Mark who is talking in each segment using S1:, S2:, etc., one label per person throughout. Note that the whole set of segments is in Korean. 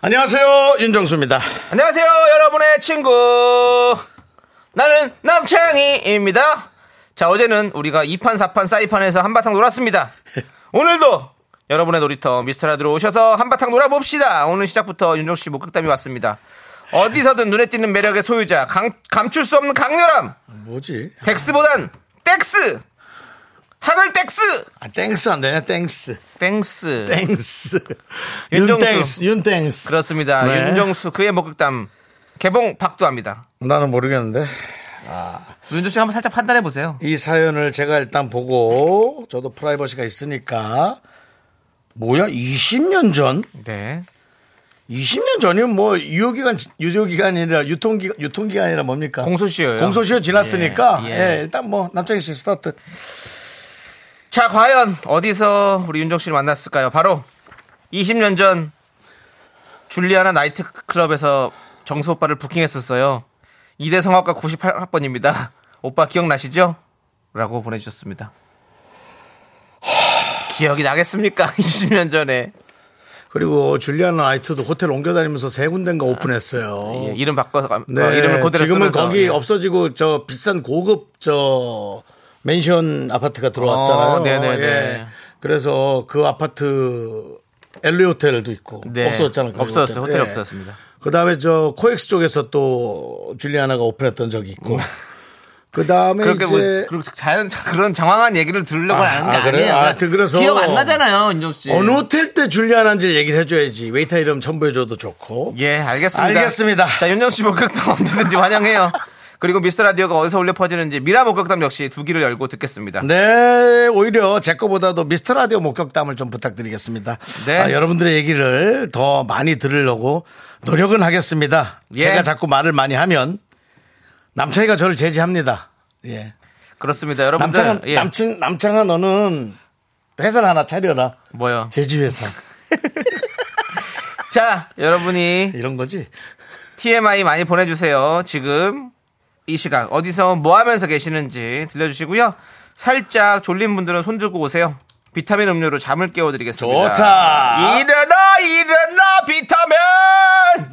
S1: 안녕하세요 윤정수입니다.
S2: 안녕하세요, 여러분의 친구. 나는 남창희입니다. 자, 어제는 우리가 2판, 4판, 사이판에서 한바탕 놀았습니다. 오늘도 여러분의 놀이터 미스터라디오 오셔서 한바탕 놀아봅시다. 오늘 시작부터 윤종 씨 목격담이 왔습니다. 어디서든 눈에 띄는 매력의 소유자, 강- 감출 수 없는 강렬함,
S1: 뭐지?
S2: 덱스보단 덱스, 하글 덱스,
S1: 아, 땡스 안 되냐? 땡스,
S2: 땡스.
S1: 땡스,
S2: 윤정수.
S1: 윤땡스, 윤땡스.
S2: 그렇습니다.
S1: 네.
S2: 윤정수 그의 목격담 개봉 박두합니다.
S1: 나는 모르겠는데
S2: 윤정 씨 한번 살짝 판단해 보세요.
S1: 이 사연을 제가 일단 보고 저도 프라이버시가 있으니까 뭐야 20년 전?
S2: 네.
S1: 20년 전이면 뭐 유효기간 유효기간이라 유통기 유통기간이라 뭡니까?
S2: 공소시효요.
S1: 공소시효 지났으니까
S2: 예,
S1: 예,
S2: 예.
S1: 일단 뭐 남창희 씨 스타트.
S2: 자, 과연 어디서 우리 윤정 씨를 만났을까요? 바로 20년 전 줄리아나 나이트클럽에서 정수 오빠를 부킹했었어요. 이대 성악과 98학번입니다. 오빠 기억나시죠? 라고 보내주셨습니다. 기억이 나겠습니까? 20년 전에
S1: 그리고 줄리아나 아이트도 호텔 옮겨다니면서 세 군데인가 오픈했어요.
S2: 예, 이름 바꿔서 가- 어, 이름을 그대로
S1: 네, 지금은
S2: 쓰면서.
S1: 거기
S2: 예.
S1: 없어지고 저 비싼 고급 저 맨션 아파트가 들어왔잖아요.
S2: 어, 네네네.
S1: 예. 그래서 그 아파트 엘리 호텔도 있고
S2: 네.
S1: 없어졌잖아요. 그
S2: 없어졌어요. 호텔이
S1: 예.
S2: 없어졌습니다.
S1: 그다음에 저 코엑스 쪽에서 또 줄리아나가 오픈했던 적이 있고. 그다음에
S2: 음. 그렇게 뭐
S1: 이제
S2: 그렇게 자연 그런 정황한 얘기를 들으려고
S1: 아,
S2: 하는 게
S1: 아,
S2: 아, 니에
S1: 그래요?
S2: 요
S1: 아, 그래서-
S2: 기억 안 나잖아요, 윤정 씨.
S1: 어느 호텔 때 줄리아나인지 얘기를 해줘야지 웨이터 이름 첨부해줘도 좋고.
S2: 예, 알겠습니다.
S1: 알겠습니다.
S2: 자, 윤정수 씨 목격담 언제든지 환영해요. 그리고 미스터 라디오가 어디서 울려 퍼지는지 미라 목격담 역시 두 귀를 열고 듣겠습니다.
S1: 네, 오히려 제 거보다도 미스터 라디오 목격담을 좀 부탁드리겠습니다.
S2: 네.
S1: 아, 여러분들의 얘기를 더 많이 들으려고 노력은 하겠습니다.
S2: 예.
S1: 제가 자꾸 말을 많이 하면 남창이가 저를 제지합니다. 예.
S2: 그렇습니다. 여러분들.
S1: 남창은
S2: 예.
S1: 남친 남창아 너는 회사를 하나 차려라.
S2: 뭐요?
S1: 제지회사
S2: 자, 여러분이
S1: 이런 거지.
S2: TMI 많이 보내주세요. 지금 이 시간 어디서 뭐 하면서 계시는지 들려주시고요. 살짝 졸린 분들은 손 들고 오세요. 비타민 음료로 잠을 깨워드리겠습니다.
S1: 좋다.
S2: 일어나, 일어나, 비타민!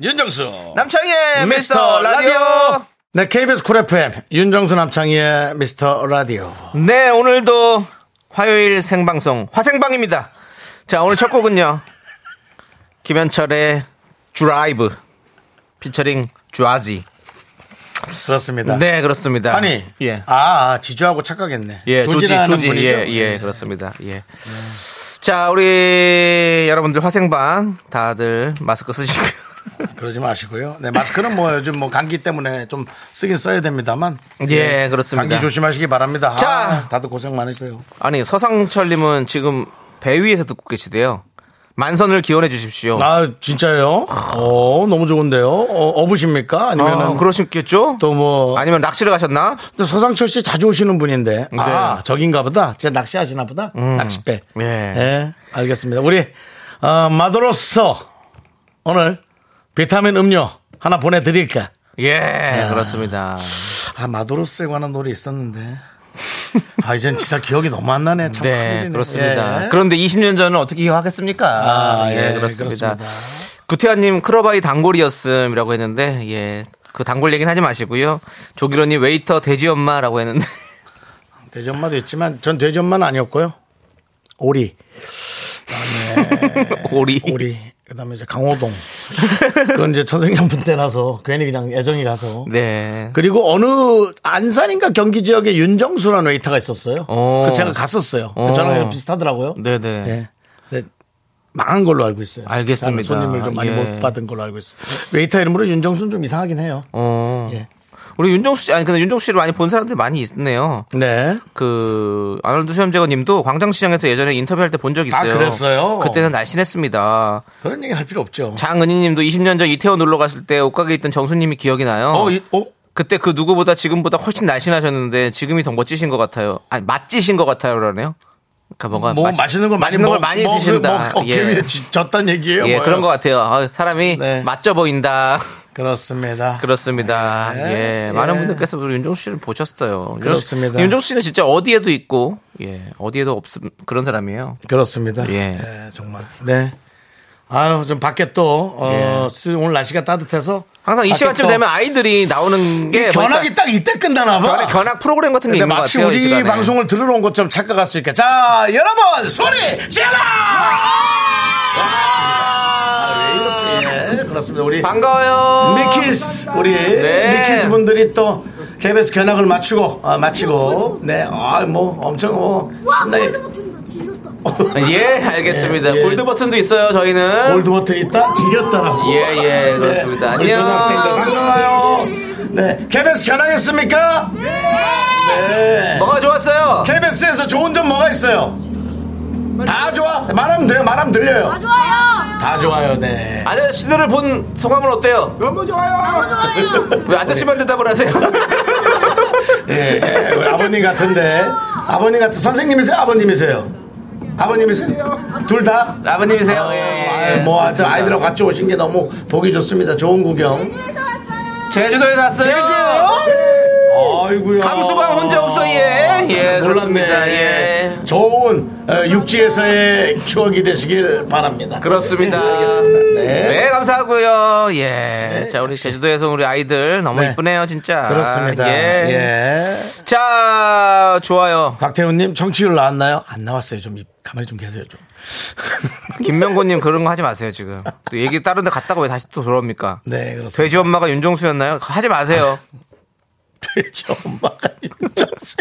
S1: 윤정수
S2: 남창희의 네, 미스터 라디오!
S1: 네, KBS 쿨 FM 윤정수 남창희의 미스터 라디오.
S2: 네, 오늘도 화요일 생방송 화생방입니다. 자, 오늘 첫 곡은요. 김현철의 드라이브 피처링 주아지.
S1: 그렇습니다.
S2: 네, 그렇습니다.
S1: 아니,
S2: 예.
S1: 아, 아, 지주하고 착각했네.
S2: 예, 조지,
S1: 조지라는
S2: 조지,
S1: 분이죠? 네.
S2: 예, 예, 그렇습니다. 예. 자, 우리 여러분들 화생방 다들 마스크 쓰시고요.
S1: 그러지 마시고요. 네, 마스크는 뭐 요즘 뭐 감기 때문에 좀 쓰긴 써야 됩니다만.
S2: 예, 그렇습니다.
S1: 감기 조심하시기 바랍니다.
S2: 자.
S1: 아, 다들 고생 많으세요.
S2: 아니, 서상철님은 지금 배 위에서 듣고 계시대요. 만선을 기원해 주십시오.
S1: 아, 진짜요? 어, 너무 좋은데요? 어, 어부십니까?
S2: 아,
S1: 아니면은
S2: 그러시겠죠?
S1: 또 뭐. 아니,
S2: 아니면 낚시를 가셨나?
S1: 서상철 씨 자주 오시는 분인데.
S2: 네.
S1: 아, 저긴가 보다. 제 낚시하시나 보다. 낚싯배.
S2: 예.
S1: 예, 알겠습니다. 우리, 어, 마더로서 오늘 비타민 음료 하나 보내드릴까?
S2: 예, 그렇습니다.
S1: 아 마도로스에 관한 노래 있었는데 아 이젠 진짜 기억이 너무 안 나네 참
S2: 네,
S1: 큰일이네.
S2: 그렇습니다.
S1: 예.
S2: 그런데 20년 전은 어떻게 기억하겠습니까?
S1: 아, 예,
S2: 구태환님 크로바이 단골이었음이라고 했는데, 예. 그 단골 얘기는 하지 마시고요. 조기로님 웨이터 돼지 엄마라고 했는데.
S1: 돼지엄마도 있지만 전 돼지엄마는 아니었고요 오리
S2: 오리.
S1: 예. 오리 그다음에 이제 강호동 그건 이제 천생연분 때라서 괜히 그냥 애정이 가서
S2: 네.
S1: 그리고 어느 안산인가 경기 지역에 윤정수라는 웨이터가 있었어요
S2: 어.
S1: 그 제가 갔었어요
S2: 어.
S1: 저랑 비슷하더라고요
S2: 네네.
S1: 예. 네. 망한 걸로 알고 있어요.
S2: 알겠습니다.
S1: 손님을 좀 많이
S2: 예.
S1: 못 받은 걸로 알고 있어요. 웨이터 이름으로 윤정수는 좀 이상하긴 해요.
S2: 어.
S1: 예.
S2: 우리 윤종수 씨, 아니, 근데 윤종수 씨를 많이 본 사람들이 많이 있네요.
S1: 네.
S2: 그, 아놀드 수염제거 님도 광장시장에서 예전에 인터뷰할 때 본 적 있어요.
S1: 아, 그랬어요?
S2: 그때는 날씬했습니다.
S1: 그런 얘기 할 필요 없죠.
S2: 장은희 님도 20년 전 이태원 놀러 갔을 때 옷가게 있던 정수님이 기억이 나요.
S1: 어, 이, 어?
S2: 그때 그 누구보다 지금보다 훨씬 날씬하셨는데 지금이 더 멋지신 것 같아요. 아니 맛지신 것 같아요라네요. 그러니까 뭔가
S1: 뭐
S2: 맛-
S1: 맛있는 걸 많이
S2: 맛있는 걸
S1: 먹-
S2: 많이
S1: 먹-
S2: 드신다.
S1: 먹- 어깨
S2: 예.
S1: 위에 지- 졌단 얘기예요.
S2: 예,
S1: 뭐예요?
S2: 그런 것 같아요. 아, 사람이
S1: 네.
S2: 맞져 보인다.
S1: 그렇습니다.
S2: 그렇습니다.
S1: 네.
S2: 예,
S1: 예.
S2: 많은 분들께서 우리 윤종수 씨를 보셨어요.
S1: 그렇습니다.
S2: 윤종수 씨는 진짜 어디에도 있고, 예, 어디에도 없음 그런 사람이에요.
S1: 그렇습니다. 예.
S2: 예.
S1: 정말. 네. 아유, 좀 밖에 또, 어,
S2: 예.
S1: 스튜디오 오늘 날씨가 따뜻해서.
S2: 항상 이
S1: 밖에
S2: 시간쯤
S1: 또
S2: 되면 아이들이 나오는 게
S1: 아, 그러니까 이 견학이
S2: 보니까
S1: 딱 이때 끝나나 봐.
S2: 견학, 견학 프로그램 같은 게
S1: 근데
S2: 있는 것
S1: 마치
S2: 같아요. 이
S1: 우리
S2: 시간에.
S1: 방송을 들으러 온 것처럼 착각할 수 있게. 자, 여러분, 소리 질러! 아, 왜 이렇게. 예, 그렇습니다.
S2: 아,
S1: 우리
S2: 반가워요.
S1: 미키스 우리
S2: 네.
S1: 미키스 분들이 또 KBS 견학을 마치고 아, 마치고 네아뭐 엄청 뭐 신나게
S2: 예, 알겠습니다.
S1: 예, 예.
S2: 골드 버튼도 있어요, 저희는.
S1: 골드 버튼 있다 들렸다라고 네,
S2: 예, 예, 그렇습니다.
S1: 우리 초등학생들
S2: 안녕.
S1: 반가워요 네 KBS 견학했습니까 네
S2: 뭐가 좋았어요?
S1: KBS에서 좋은 점 뭐가 있어요 다 좋아 말하면 돼요 말하면 들려요
S3: 좋아요.
S1: 다 좋아요 네
S2: 아저씨들을 본 소감은 어때요?
S1: 너무 좋아요
S3: 좋아요.
S2: 왜 아저씨만
S1: 네.
S2: 대답을 하세요?
S1: 예, 예, 우리 아버님 같은데 아버님 같은 선생님이세요 아버님이세요 아버님이세요 둘 다?
S2: 아버님이세요? 예, 예,
S1: 아유,
S2: 예.
S1: 뭐 하여튼 아이들하고 같이 오신 게 너무 보기 좋습니다. 좋은 구경.
S2: 제주도에 갔어요.
S1: 아이고야. 아,
S2: 감수광 혼자 없어, 예.
S1: 몰랐네.
S2: 예, 그렇습니다. 예.
S1: 좋은 어, 육지에서의 추억이 되시길 바랍니다.
S2: 그렇습니다.
S1: 네, 알겠습니다. 네.
S2: 네, 감사하고요. 예. 자, 우리 제주도에서 우리 아이들 너무
S1: 네.
S2: 이쁘네요, 진짜.
S1: 그렇습니다.
S2: 예.
S1: 예.
S2: 자, 좋아요.
S1: 박태훈님 청취율 나왔나요? 안 나왔어요. 좀 입- 가만히 좀 계세요 좀.
S2: 김명곤님 그런 거 하지 마세요, 지금. 또 얘기 다른 데 갔다가 왜 다시 또 돌아옵니까?
S1: 네 그렇습니다.
S2: 돼지 엄마가 윤종수였나요? 하지 마세요.
S1: 돼지 엄마가 윤정수.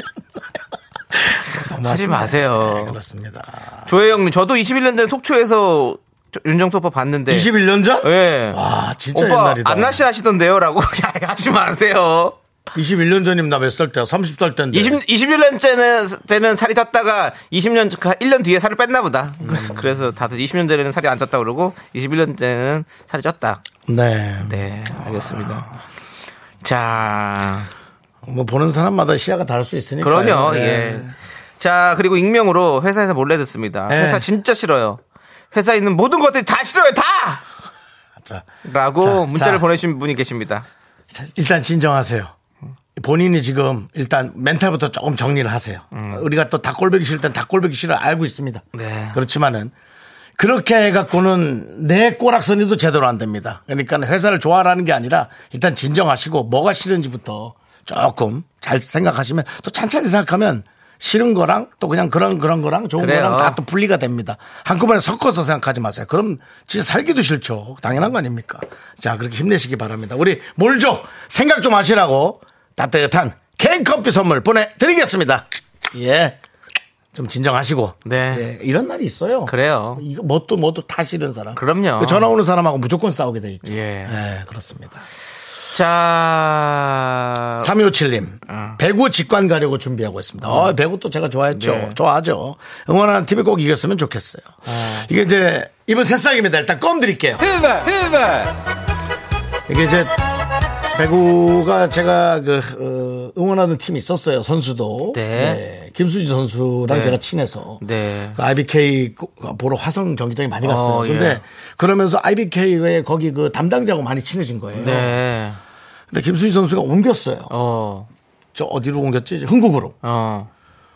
S2: 하지 마세요.
S1: 아, 네, 그렇습니다.
S2: 조혜영님, 저도 21년 전 속초에서 저- 윤정수 오빠 봤는데.
S1: 21년 전?
S2: 예.
S1: 와 진짜
S2: 오빠
S1: 옛날이다.
S2: 안 날씬하시던데요? 라고 야, 하지 마세요.
S1: 21년 전이면 나 몇 살 때야? 30살 때인데.
S2: 20, 21년째는 때는 살이 쪘다가 20년 1년 뒤에 살을 뺐나 보다.
S1: 음.
S2: 그래서, 그래서 다들 20년 전에는 살이 안 쪘다 그러고 21년째는 살이 쪘다.
S1: 네.
S2: 네, 알겠습니다. 자,
S1: 뭐 보는 사람마다 시야가 다를 수 네. 있으니까.
S2: 그럼요. 예. 자, 그리고 익명으로 회사에서 몰래 듣습니다.
S1: 네.
S2: 회사 진짜 싫어요. 회사에 있는 모든 것들이 다 싫어요. 다!
S1: 자,
S2: 라고
S1: 자,
S2: 문자를
S1: 자.
S2: 보내신 분이 계십니다.
S1: 자, 일단 진정하세요. 본인이 지금 일단 멘탈부터 조금 정리를 하세요. 우리가 또 닭골배기 싫을 땐 닭골배기 싫어 알고 있습니다.
S2: 음. 네.
S1: 그렇지만은 그렇게 해갖고는 내 꼬락선이도 제대로 안 됩니다. 그러니까 회사를 좋아하라는 게 아니라 일단 진정하시고 뭐가 싫은지부터 조금 잘 생각하시면 또 찬찬히 생각하면 싫은 거랑 또 그냥 그런 그런 거랑 좋은
S2: 그래요.
S1: 거랑 다 또 분리가 됩니다. 한꺼번에 섞어서 생각하지 마세요. 그럼 진짜 살기도 싫죠. 당연한 거 아닙니까? 자 그렇게 힘내시기 바랍니다. 우리 몰조 생각 좀 하시라고 따뜻한 개인 커피 선물 보내드리겠습니다. 예. 좀 진정하시고.
S2: 네.
S1: 예, 이런 날이 있어요.
S2: 그래요.
S1: 이거 뭣도 뭐도 다 싫은 사람.
S2: 그럼요.
S1: 그 전화 오는 사람하고 무조건 싸우게 돼 있죠.
S2: 예.
S1: 예, 그렇습니다.
S2: 자,
S1: 3257님,
S2: 아.
S1: 배구 직관 가려고 준비하고 있습니다. 어, 배구 또 제가 좋아했죠.
S2: 네.
S1: 좋아하죠. 응원하는 팀이 꼭 이겼으면 좋겠어요.
S2: 아.
S1: 이게 이제, 이번 새싹입니다. 일단 껌 드릴게요. 이게 이제, 배구가 제가 그, 어, 응원하는 팀이 있었어요. 선수도.
S2: 네.
S1: 김수지 선수랑
S2: 네.
S1: 제가 친해서.
S2: 네.
S1: 그 IBK 보러 화성 경기장에 많이 갔어요.
S2: 어, 예.
S1: 근데 그러면서 IBK의 거기 그 담당자하고 많이 친해진 거예요.
S2: 네.
S1: 근데 김수지 선수가 옮겼어요.
S2: 어,
S1: 저 어디로 옮겼지? 이제 흥국으로.
S2: 어.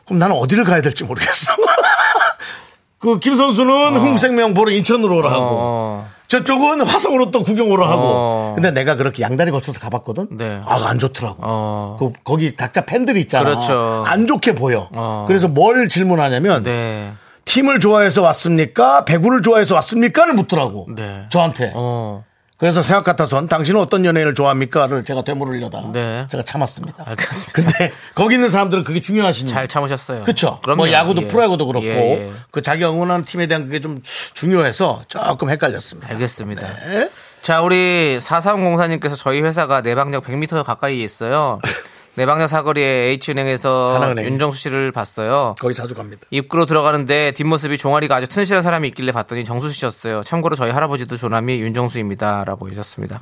S1: 그럼 나는 어디를 가야 될지 모르겠어. 그 김 선수는 흥국생명 보러 인천으로 오라고.
S2: 어.
S1: 저쪽은 화성으로 또 구경 오라 하고.
S2: 어.
S1: 근데 내가 그렇게 양다리 거쳐서 가봤거든.
S2: 네.
S1: 아, 안 좋더라고.
S2: 어.
S1: 그, 거기 각자 팬들이 있잖아.
S2: 그렇죠.
S1: 안 좋게 보여.
S2: 어.
S1: 그래서 뭘 질문하냐면
S2: 네.
S1: 팀을 좋아해서 왔습니까? 배구를 좋아해서 왔습니까?를 묻더라고.
S2: 네.
S1: 저한테.
S2: 어.
S1: 그래서 생각 같아선 당신은 어떤 연예인을 좋아합니까?를 제가 되물으려다.
S2: 네.
S1: 제가 참았습니다.
S2: 알겠습니다.
S1: 근데 거기 있는 사람들은 그게 중요하시니.
S2: 잘 참으셨어요.
S1: 그- 그렇죠.
S2: 그럼요.
S1: 뭐 야구도
S2: 예.
S1: 프로야구도 그렇고
S2: 예, 예.
S1: 그 자기 응원하는 팀에 대한 그게 좀 중요해서 조금 헷갈렸습니다.
S2: 알겠습니다.
S1: 네.
S2: 자, 우리 4304님께서 저희 회사가 내방역 100m 가까이 있어요. 내방역 사거리에 H은행에서
S1: 하나은행.
S2: 윤정수 씨를 봤어요.
S1: 거기 자주 갑니다.
S2: 입구로 들어가는데 뒷모습이 종아리가 아주 튼실한 사람이 있길래 봤더니 정수 씨였어요. 참고로 저희 할아버지도 조남이 윤정수입니다라고 해주셨습니다.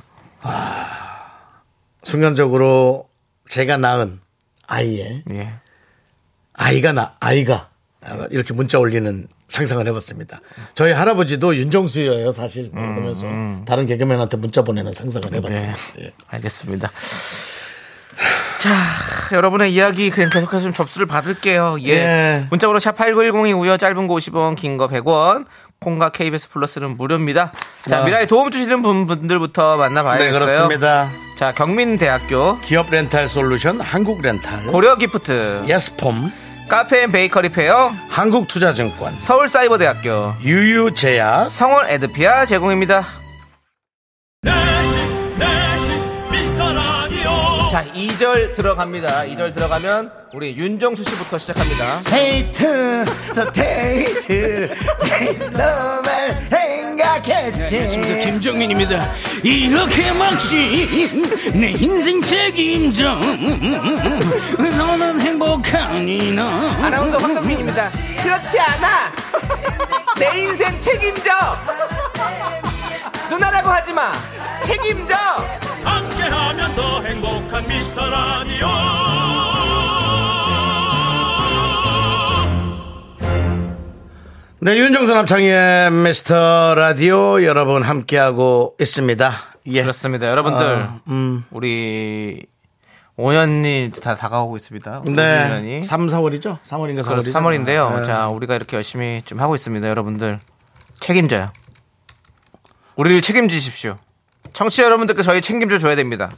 S1: 순간적으로 제가 낳은 아이의
S2: 예.
S1: 아이가 나 아이가 이렇게 문자 올리는 상상을 해봤습니다. 저희 할아버지도 윤정수예요 사실
S2: 음,
S1: 그러면서 다른 개그맨한테 문자 보내는
S2: 네.
S1: 상상을 해봤습니다. 예.
S2: 알겠습니다. 자, 여러분의 이야기 그냥 계속해서 좀 접수를 받을게요. 예.
S1: 예.
S2: 문자번호 샵 8910이고요. 짧은 거 50원, 긴 거 100원. 콩과 KBS 플러스는 무료입니다. 자,
S1: 아.
S2: 미라에 도움 주시는 분- 분들부터
S1: 네
S2: 만나봐야겠어요.
S1: 그렇습니다.
S2: 자, 경민대학교
S1: 기업 렌탈 솔루션 한국 렌탈
S2: 고려기프트
S1: 예스폼
S2: 카페 앤 베이커리 페어
S1: 한국투자증권
S2: 서울사이버대학교
S1: 유유제약
S2: 성원 에드피아 제공입니다.
S4: 내시 내시 미스터 라디오
S2: 자, 2절 들어갑니다. 2절 들어가면 우리 윤정수 씨부터 시작합니다.
S1: 데이트 더 데이트 너만 생각했지
S3: 김정민입니다. 이렇게 막지 내 인생 책임져. 너는 행복하니 나.
S2: 아나운서 황동민입니다. 그렇지 않아. 내 인생 책임져. 누나라고 하지 마. 책임져.
S4: 함께하면 더 행복한 미스터 라디오
S1: 네 윤정수 남창희의 미스터 라디오 여러분 함께하고 있습니다 예
S2: 그렇습니다, 여러분들.
S1: 아, 음.
S2: 우리 5년이 다 다가오고 있습니다.
S1: 네
S2: 5년이.
S1: 3, 4월이죠 3월인가 4월이죠 네.
S2: 3월인데요. 자, 우리가 이렇게 열심히 좀 하고 있습니다, 여러분들. 책임져요. 우리를 책임지십시오. 청취자 여러분들께 저희 책임져 줘야 됩니다.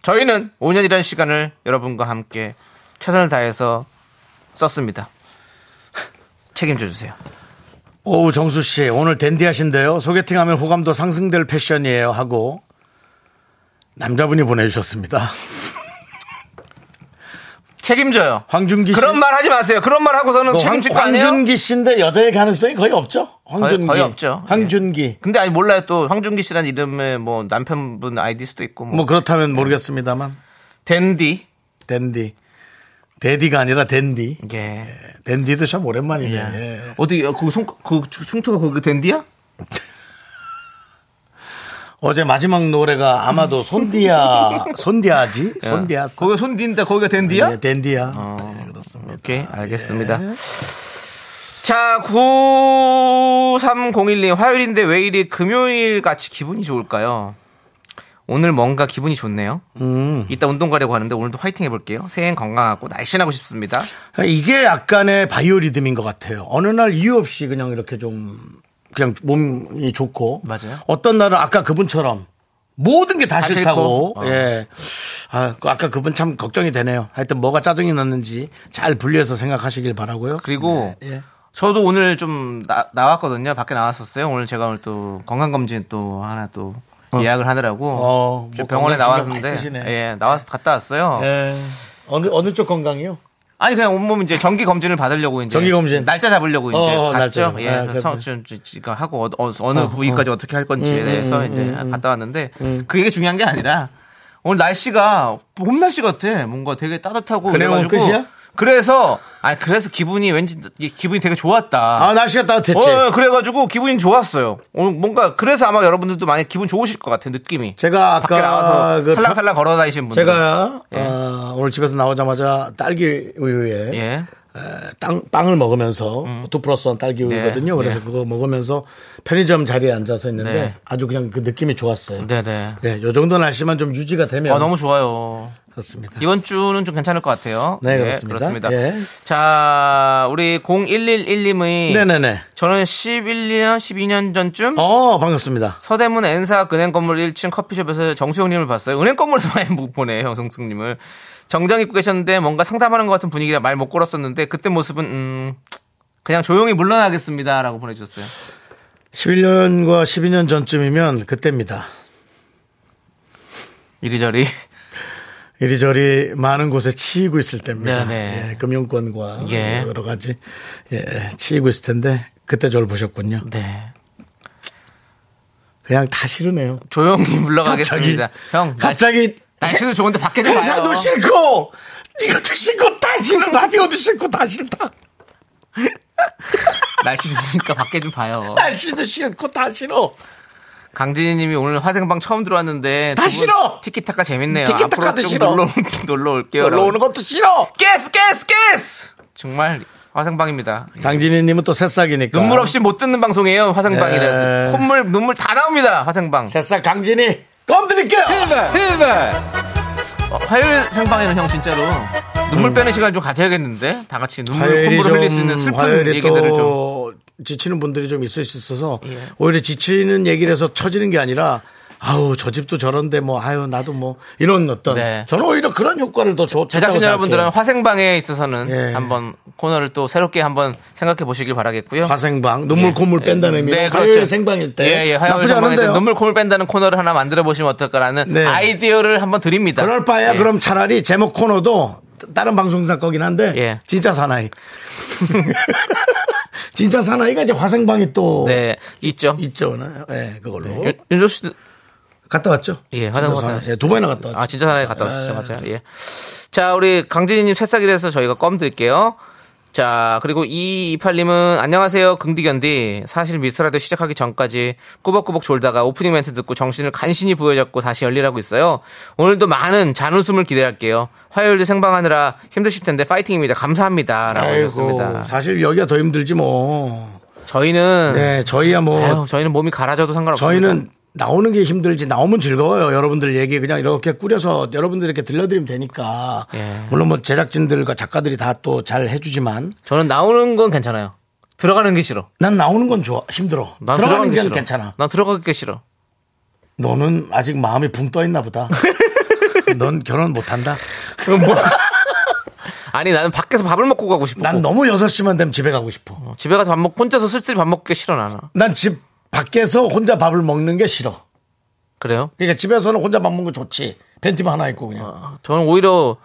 S2: 저희는 5년이라는 시간을 여러분과 함께 최선을 다해서 썼습니다. 책임져 주세요.
S1: 오우 정수씨 오늘 댄디하신데요 소개팅하면 호감도 상승될 패션이에요 하고 남자분이 보내주셨습니다
S2: 책임져요.
S1: 황준기 씨
S2: 그런 말 하지 마세요. 그런 말 하고서는
S1: 그
S2: 책임질 거
S1: 황,
S2: 아니에요?
S1: 황준기 씨인데 여자의 가능성이 거의 없죠 황준기 예.
S2: 거의 없죠. 네.
S1: 황준기
S2: 근데 아니 몰라요. 또 황준기 씨라는 이름의 뭐 남편분 아이디 수도 있고 뭐,
S1: 뭐 그렇다면 모르겠습니다만
S2: 댄디.
S1: 댄디 데디가 아니라 댄디
S2: 예.
S1: 댄디도 참 오랜만이네 예.
S2: 어디 그손그 흉터가 거기 댄디야?
S1: 어제 마지막 노래가 아마도 손디야 손디야지 손디야
S2: 거기 그 손딘데 거기가 댄디야? 예.
S1: 예, 댄디야 예, 그렇습니다
S2: 오케이, 알겠습니다. 자, 93012 화요일인데 왜 이리 금요일 같이 기분이 좋을까요? 오늘 뭔가 기분이 좋네요. 이따 운동 가려고 하는데 오늘도 화이팅 해볼게요. 새해엔 건강하고 날씬하고 싶습니다.
S1: 그러니까 이게 약간의 바이오리듬인 것 같아요 어느 날 이유 없이 그냥 이렇게 좀 그냥 몸이 좋고
S2: 맞아요.
S1: 어떤 날은 아까 그분처럼 모든 게 다
S2: 다
S1: 싫다고
S2: 싫고. 어.
S1: 예. 아, 그 아까 그분 참 걱정이 되네요. 하여튼 뭐가 짜증이 났는지 잘 분리해서 생각하시길 바라고요.
S2: 그리고
S1: 네, 예.
S2: 저도 오늘 좀 나, 나왔거든요. 밖에 나왔었어요. 오늘 제가 오늘 또 건강검진 또 하나 또 예약을 하느라고
S1: 어,
S2: 좀
S1: 뭐
S2: 병원에
S1: 건강 신경 많이
S2: 나왔는데
S1: 쓰시네.
S2: 예, 나와서 갔다 왔어요.
S1: 예. 어느 어느 쪽 건강이요?
S2: 아니 그냥 온몸 이제 정기 검진을 받으려고 이제
S1: 정기 검진.
S2: 날짜 잡으려고 이제
S1: 어, 어, 날짜.
S2: 갔죠. 예,
S1: 아,
S2: 그래서
S1: 그렇구나. 음,
S2: 좀 지- 지금 하고 어, 어, 어느 부위까지 어떻게 할 건지에 대해서 이제 갔다 왔는데 그게 중요한 게 아니라 오늘 날씨가 봄 날씨 같아. 뭔가 되게 따뜻하고
S1: 그래,
S2: 그래가지고
S1: 오늘 끝이야?
S2: 그래서 아 그래서 기분이 왠지 이 기분이 되게 좋았다.
S1: 아, 날씨가 따뜻했지.
S2: 어, 그래가지고 기분이 좋았어요. 오늘 뭔가 그래서 아마 여러분들도 많이 기분 좋으실 것 같아 느낌이.
S1: 제가
S2: 밖에
S1: 아까
S2: 나와서
S1: 그 다-
S2: 살랑살랑 걸어다니신 분들.
S1: 제가
S2: 예.
S1: 어, 오늘 집에서 나오자마자 딸기 우유에
S2: 예. 음.
S1: 에, 땅, 빵을 먹으면서 뭐 두 플러스 원 딸기 우유거든요. 그래서
S2: 네.
S1: 그거 먹으면서 편의점 자리에 앉아서 있는데
S2: 네.
S1: 아주 그냥 그 느낌이 좋았어요. 네.
S2: 네네.
S1: 요 정도 날씨만 좀 유지가 되면
S2: 아, 너무 좋아요.
S1: 그렇습니다.
S2: 이번 주는 좀 괜찮을 것 같아요.
S1: 네,
S2: 예,
S1: 그렇습니다.
S2: 그렇습니다.
S1: 예.
S2: 자, 우리 0111님의
S1: 네네네.
S2: 저는 11년, 12년 전쯤
S1: 어, 반갑습니다.
S2: 서대문 N사 은행 건물 1층 커피숍에서 정수영님을 봤어요. 은행 건물에서 많이 못 보네요, 정수영님을. 정장 입고 계셨는데 뭔가 상담하는 것 같은 분위기라 말 못 걸었었는데 그때 모습은 음, 그냥 조용히 물러나겠습니다라고 보내주셨어요.
S1: 11년과 12년 전쯤이면 그때입니다.
S2: 이리저리.
S1: 이리저리 많은 곳에 치이고 있을 때입니다.
S2: 네네.
S1: 예, 금융권과
S2: 예.
S1: 여러 가지 예, 치이고 있을 텐데 그때 저를 보셨군요.
S2: 네.
S1: 그냥 다 싫으네요.
S2: 조용히 물러가겠습니다. 형, 날-
S1: 갑자기
S2: 날씨도 좋은데 밖에 좀 가요.
S1: 회사도 싫고 이것도 싫고 다 싫어 라디오도 싫고 다 싫다.
S2: 날씨 좋으니까 밖에 좀 봐요.
S1: 날씨도 싫고 다 싫어.
S2: 강진희님이 오늘 화생방 처음 들어왔는데
S1: 다
S2: 두 분
S1: 싫어!
S2: 티키타카 재밌네요.
S1: 티키타카도
S2: 앞으로 좀
S1: 싫어.
S2: 놀러, 올- 놀러 올게요.
S1: 놀러 오는 것도 싫어.
S2: 깨스 깨스 깨스. 정말 화생방입니다.
S1: 강진희님은 또 새싹이니까
S2: 눈물 없이 못 듣는 방송이에요. 화생방이라서
S1: 예.
S2: 콧물 눈물 다 나옵니다. 화생방.
S1: 새싹 강진희 껌 드릴게요.
S2: 네, 어, 화요일 생방에는 형 진짜로 눈물
S1: 음.
S2: 빼는 시간 좀 가져야겠는데 다 같이 눈물 콧물 흘릴 수 있는 슬픈
S1: 화요일에
S2: 얘기들을 좀. 예.
S1: 또 지치는 분들이 좀 있을 수 있어서 오히려 지치는 얘기를 해서 처지는 게 아니라 아우 저 집도 저런데 뭐 아유 나도 뭐 이런 어떤
S2: 네.
S1: 저는 오히려 그런 효과를 더 줘.
S2: 제작진 여러분들은 화생방에 있어서는
S1: 예.
S2: 한번 코너를 또 새롭게 한번 생각해 보시길 바라겠고요.
S1: 화생방 눈물
S2: 어? 예.
S1: 콧물 뺀다는
S2: 예.
S1: 의미로
S2: 네,
S1: 화요일
S2: 그렇죠.
S1: 생방일 때
S2: 예, 예, 화요일
S1: 나쁘지
S2: 생방일 때
S1: 않은데요.
S2: 눈물 콧물 뺀다는 코너를 하나 만들어 보시면 어떨까라는
S1: 네.
S2: 아이디어를 한번 드립니다.
S1: 그럴 바에야
S2: 예.
S1: 그럼 차라리 제목 코너도 다른 방송사 거긴 한데
S2: 예.
S1: 진짜 사나이. 진짜 사나이가 이제 화생방이 또
S2: 네 있죠.
S1: 있죠. 예, 그걸로
S2: 윤- 윤조 씨
S1: 갔다 왔죠.
S2: 예, 화장실
S1: 진짜
S2: 갔다
S1: 사나이.
S2: 왔어요.
S1: 예, 두 번이나 갔다 왔죠.
S2: 아 진짜 하나에 갔다 오셨죠 맞아요 예. 자 우리 강진희님 새싹이라서 저희가 껌 드릴게요 자 그리고 이이팔님은 안녕하세요 긍디견디 사실 미스터라디오 시작하기 전까지 꾸벅꾸벅 졸다가 오프닝 멘트 듣고 정신을 간신히 부여잡고 다시 열일하고 있어요 오늘도 많은 잔웃음을 기대할게요 화요일도 생방하느라 힘드실 텐데 파이팅입니다 감사합니다 라고
S1: 아이고,
S2: 하셨습니다
S1: 사실 여기가 더 힘들지 뭐.
S2: 저희는
S1: 네, 저희야 뭐
S2: 아유, 저희는 몸이 가라져도 상관없어요
S1: 저희는 나오는 게 힘들지 나오면 즐거워요. 여러분들 얘기 그냥 이렇게 꾸려서 여러분들 이렇게 들려드리면 되니까.
S2: 예.
S1: 물론 뭐 제작진들과 작가들이 다 또 잘 해주지만
S2: 저는 나오는 건 괜찮아요 들어가는 게 싫어
S1: 난 나오는 건 좋아 힘들어.
S2: 난
S1: 들어가는
S2: 들어가기
S1: 건
S2: 싫어.
S1: 괜찮아.
S2: 난 들어가기 싫어
S1: 너는 아직 마음이 붕 떠 있나 보다. 넌 결혼 못한다.
S2: 그럼 뭐. 아니 나는 밖에서 밥을 먹고 가고 싶어.
S1: 난 너무 6시만 되면 집에 가고 싶어.
S2: 어, 집에 가서 밥 먹고 혼자서 쓸쓸히 밥 먹기 싫어 나는.
S1: 난 집 밖에서 혼자 밥을 먹는 게 싫어.
S2: 그래요?
S1: 그러니까 집에서는 혼자 밥 먹는 거 좋지. 팬티만 하나 입고 그냥.
S2: 저는 오히려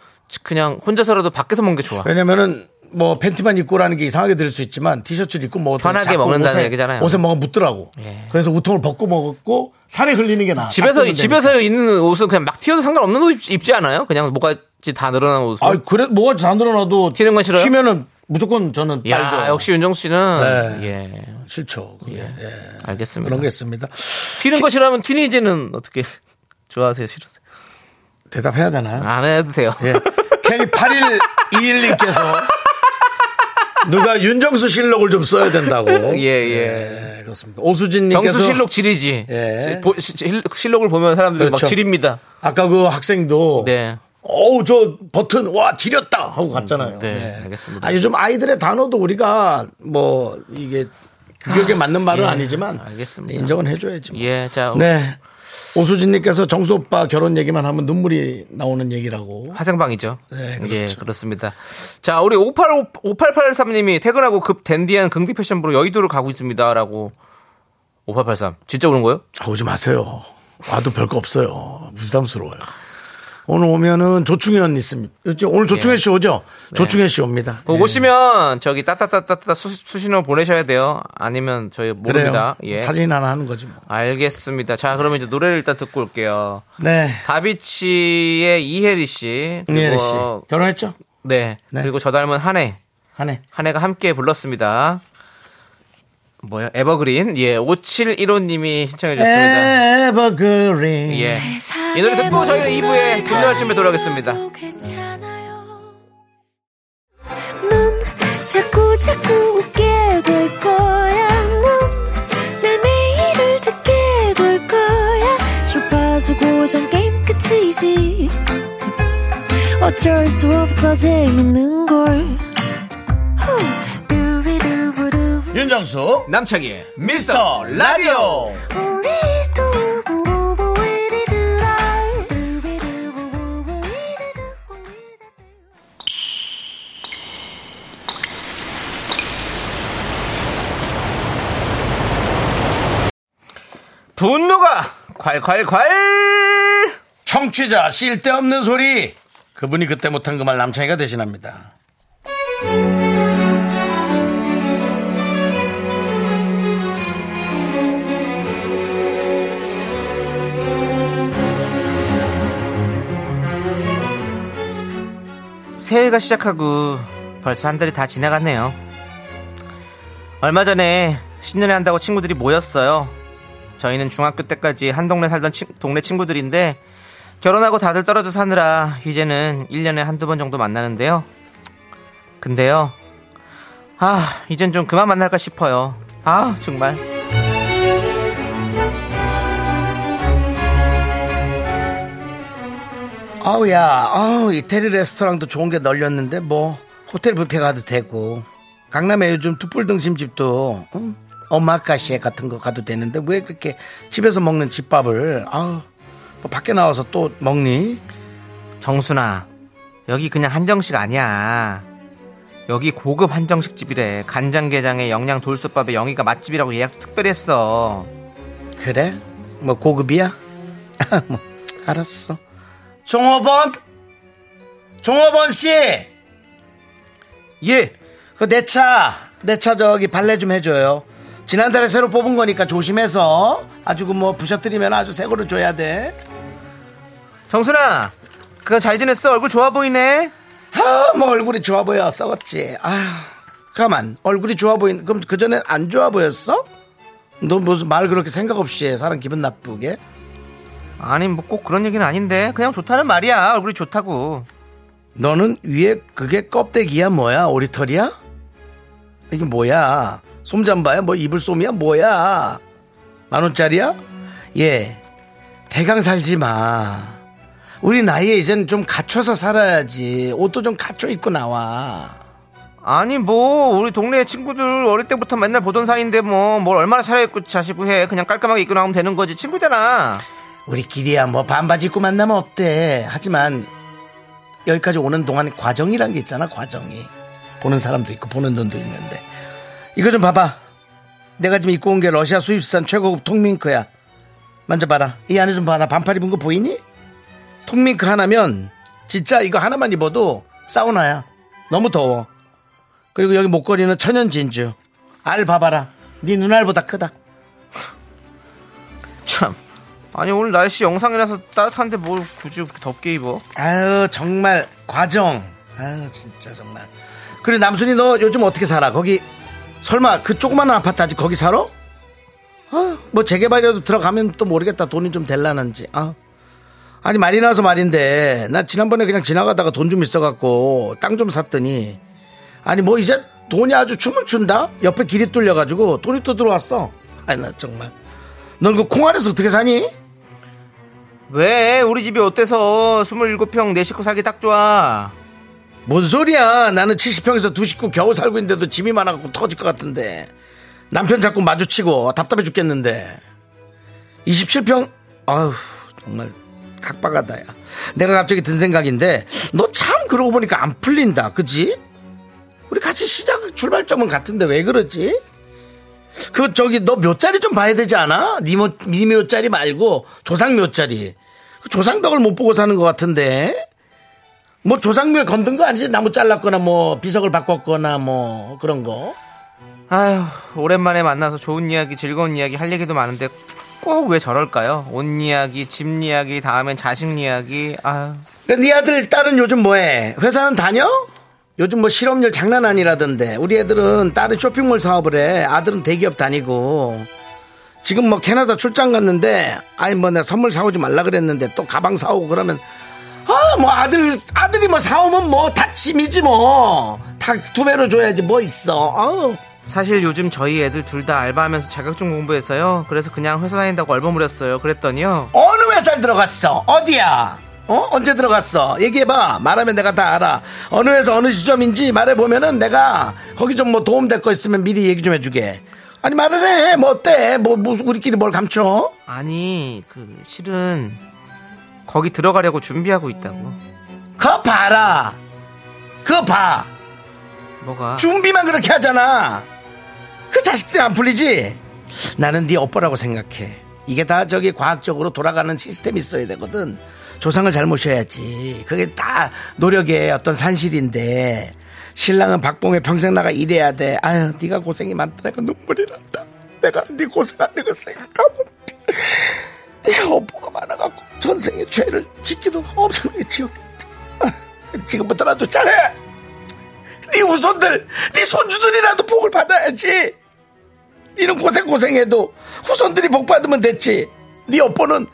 S2: 그냥 혼자서라도 밖에서 먹는 게 좋아.
S1: 왜냐면은 뭐 팬티만 입고라는 게 이상하게 들릴 수 있지만 티셔츠를 입고 뭐 먹어도
S2: 편하게
S1: 자꾸
S2: 먹는다는
S1: 옷에-
S2: 얘기잖아요. 예.
S1: 옷에 뭐가 묻더라고. 그래서 우통을 벗고 먹었고 살이 흘리는 게 나아.
S2: 집에서
S1: 닦으면 되니까.
S2: 집에서 있는 옷은 그냥 막 튀어도 상관없는 옷 입- 입지 않아요? 그냥 목까지 다 늘어난 옷.
S1: 아, 그래 뭐가 다 늘어나도
S2: 튀는 건 싫어요?
S1: 튀면은 무조건 저는
S2: 야
S1: 알죠.
S2: 역시 윤정수 씨는
S1: 네.
S2: 예
S1: 싫죠. 그게. 예.
S2: 알겠습니다.
S1: 그런 게 있습니다.
S2: 튀는 거 싫어하면 튀니지는 어떻게 좋아하세요? 싫으세요?
S1: 대답해야 되나요?
S2: 안 해도 돼요.
S1: 예. K8121님께서 누가 윤정수 실록을 좀 써야 된다고.
S2: 예, 예.
S1: 예, 그렇습니다. 오수진님께서
S2: 정수 실록 지리지.
S1: 예.
S2: 보- 실- 실록을 보면 사람들이
S1: 그렇죠.
S2: 막 지립니다.
S1: 아까 그 학생도
S2: 네.
S1: 어우 저 버튼 와 지렸다 하고 갔잖아요.
S2: 네,
S1: 예.
S2: 알겠습니다.
S1: 아 요즘 아이들의 단어도 우리가 뭐 이게 규격에 맞는 말은
S2: 예,
S1: 아니지만
S2: 알겠습니다.
S1: 인정은 해줘야지. 뭐.
S2: 예, 자
S1: 네. 오수진님께서 정수 오빠 결혼 얘기만 하면 눈물이 나오는 얘기라고.
S2: 음? 화생방이죠.
S1: 네,
S2: 예,
S1: 그렇죠.
S2: 그렇습니다. 자, 우리 58 5883님이 퇴근하고 급 댄디한 긍디 패션 보러 여의도를 가고 있습니다라고 5883. 진짜 오는 거예요?
S1: 아, 오지 마세요. 와도 별거 없어요. 부담스러워요. 오늘 오면은 조충현 있습니다. 그렇죠? 오늘 조충현
S2: 예.
S1: 씨 오죠?
S2: 네.
S1: 조충현 씨 옵니다. 예.
S2: 그거 오시면 저기 따따따따따 수- 수신호 보내셔야 돼요. 아니면 저희
S1: 예. 그래요.
S2: 모릅니다. 예.
S1: 사진 하나 하는 거지 뭐.
S2: 알겠습니다. 자, 그러면 이제 노래를 일단 듣고 올게요.
S1: 네.
S2: 다비치의 이혜리 씨, 그리고
S1: 이혜리 씨 결혼했죠?
S2: 네,
S1: 네.
S2: 그리고 저 닮은 한혜.
S1: 한 해.
S2: 한해가 함께 불렀습니다. 뭐야? 에버그린. 예, 5715님이 신청해
S1: 네.
S2: 주셨습니다.
S1: 에버그린.
S2: 예. 이 노래 듣고 저희는 2부에 분노할 준비 돌아오겠습니다.
S5: 넌 자꾸 자꾸 웃게 될 거야. 넌내 매일을 듣게 될 거야. 주파수 고정 게임 끝이지. 어쩔 수 없어 재밌는 걸. 후. 두비두부두.
S1: 윤정수
S2: 남창희의 미스터 라디오.
S5: 우리 두부부부 우리 두라. 두비두부부부 우리 두부 우리 두부.
S2: 분노가 콸콸콸!
S1: 청취자 쓸데없는 소리 그분이 그때 못한 그 말 남창이가 대신합니다
S2: 새해가 시작하고 벌써 한 달이 다 지나갔네요. 얼마 전에 신년회 한다고 친구들이 모였어요. 저희는 중학교 때까지 한 동네 살던 친- 동네 친구들인데 결혼하고 다들 떨어져 사느라 이제는 1년에 한두 번 정도 만나는데요. 근데요. 아, 이젠 좀 그만 만날까 싶어요. 아, 정말.
S1: 아우야, 아우 이태리 레스토랑도 좋은 게 널렸는데 뭐 호텔 뷔페 가도 되고 강남에 요즘 두뿔 등심집도 응? 오마카시에 같은 거 가도 되는데 왜 그렇게 집에서 먹는 집밥을 아우 뭐 밖에 나와서 또 먹니?
S2: 정순아, 여기 그냥 한정식 아니야. 여기 고급 한정식 집이래. 간장게장에 영양 돌솥밥에 영희가 맛집이라고 예약도 특별히 했어.
S1: 그래? 뭐 고급이야? 뭐, 알았어. 종업원, 종업원 씨, 예, 그내차내 차 저기 발레 좀 해줘요. 지난달에 새로 뽑은 거니까 조심해서 아주 그 뭐 부셔뜨리면 아주 새 거를 줘야 돼.
S2: 정순아, 그거 잘 지냈어? 얼굴 좋아 보이네?
S1: 아, 뭐 얼굴이 좋아 보여 썩었지. 아, 가만 얼굴이 좋아 보인. 그럼 그 전에 안 좋아 보였어? 너 무슨 말 그렇게 생각 없이 해 사람 기분 나쁘게?
S2: 아니, 뭐 꼭 그런 얘기는 아닌데. 그냥 좋다는 말이야. 얼굴이 좋다고.
S1: 너는 위에 그게 껍데기야 뭐야 오리털이야? 이게 뭐야 솜잠바야 뭐 이불솜이야 뭐야 만원짜리야? 예 대강 살지 마 우리 나이에 이젠 좀 갖춰서 살아야지 옷도 좀 갖춰 입고 나와
S2: 아니, 뭐, 우리 동네 친구들 어릴 때부터 맨날 보던 사이인데 뭐, 뭘 얼마나 차려입고 자시고 해. 그냥 깔끔하게 입고 나오면 되는 거지. 친구잖아.
S1: 우리끼리야 뭐 반바지 입고 만나면 어때 하지만 여기까지 오는 동안 과정이란 게 있잖아 과정이 보는 사람도 있고 보는 눈도 있는데 이거 좀 봐봐 내가 지금 입고 온 게 러시아 수입산 최고급 통민크야 만져봐라 이 안에 좀 봐 나 반팔 입은 거 보이니? 통민크 하나면 진짜 이거 하나만 입어도 사우나야 너무 더워 그리고 여기 목걸이는 천연 진주 알 봐봐라 네 눈알보다 크다
S2: 참. 아니, 오늘 날씨 영상이라서 따뜻한데 뭘 굳이 덥게 입어.
S1: 아유 정말 과정 아유 진짜 정말 그리고 남순이 너 요즘 어떻게 살아 거기 설마 그 조그마한 아파트 아직 거기 살아? 아, 뭐 재개발이라도 들어가면 또 모르겠다 돈이 좀 될라는지 아. 아니 말이 나와서 말인데 나 지난번에 그냥 지나가다가 돈 좀 있어갖고 땅 좀 샀더니 아니 뭐 이제 돈이 아주 춤을 춘다 옆에 길이 뚫려가지고 돈이 또 들어왔어 아니 나 정말 넌 그 콩 안에서 어떻게 사니?
S2: 왜? 우리 집이 어때서 27평 내 식구 살기 딱 좋아.
S1: 뭔 소리야? 나는 70평에서 두 식구 겨우 살고 있는데도 짐이 많아갖고 터질 것 같은데. 남편 자꾸 마주치고 답답해 죽겠는데. 27평, 아휴, 정말 각박하다, 야. 내가 갑자기 든 생각인데, 너 참 그러고 보니까 안 풀린다, 그지? 우리 같이 시작, 출발점은 같은데 왜 그러지? 그, 저기, 너 몇 자리 좀 봐야 되지 않아? 니모, 니몇 자리 말고, 조상 몇 자리. 그 조상덕을 못 보고 사는 것 같은데. 뭐 조상묘에 건든 거 아니지? 나무 잘랐거나 뭐 비석을 바꿨거나 뭐 그런 거.
S2: 아휴, 오랜만에 만나서 좋은 이야기, 즐거운 이야기 할 얘기도 많은데 꼭 왜 저럴까요? 옷 이야기, 집 이야기, 다음엔 자식 이야기. 아휴.
S1: 근데 네 아들 딸은 요즘 뭐해? 회사는 다녀? 요즘 뭐 실업률 장난 아니라던데 우리 애들은 딸은 쇼핑몰 사업을 해 아들은 대기업 다니고 지금 뭐 캐나다 출장 갔는데 아니 뭐 내가 선물 사오지 말라 그랬는데 또 가방 사오고 그러면 아 뭐 아들 아들이 뭐 사오면 뭐 다 짐이지 뭐 다 두 배로 줘야지 뭐 있어 어.
S2: 사실 요즘 저희 애들 둘 다 알바하면서 자격증 공부해서요. 그래서 그냥 회사 다닌다고 얼버무렸어요. 그랬더니요.
S1: 어느 회사를 들어갔어? 어디야? 어? 언제 들어갔어? 얘기해봐. 말하면 내가 다 알아. 어느 회사, 어느 시점인지 말해보면은 내가 거기 좀 뭐 도움될 거 있으면 미리 얘기 좀 해주게. 아니, 말을 해. 뭐 어때? 뭐, 뭐 우리끼리 뭘 감춰?
S2: 아니, 그 실은 거기 들어가려고 준비하고 있다고.
S1: 그거 봐라. 그거 봐.
S2: 뭐가?
S1: 준비만 그렇게 하잖아. 그 자식들 안 풀리지? 나는 네 업보라고 생각해. 이게 다 저기 과학적으로 돌아가는 시스템이 있어야 되거든. 조상을 잘 모셔야지. 그게 다 노력의 어떤 산실인데 신랑은 박봉에 평생 나가 일해야 돼. 아유, 네가 고생이 많다. 내가 눈물이 난다. 내가 네 고생하는 거 생각하면 네 업보가 많아갖고 전생의 죄를 짓기도 엄청나게 지었겠다. 지금부터라도 잘해. 네 후손들, 네 손주들이라도 복을 받아야지. 니는 고생 고생해도 후손들이 복 받으면 됐지. 네 업보는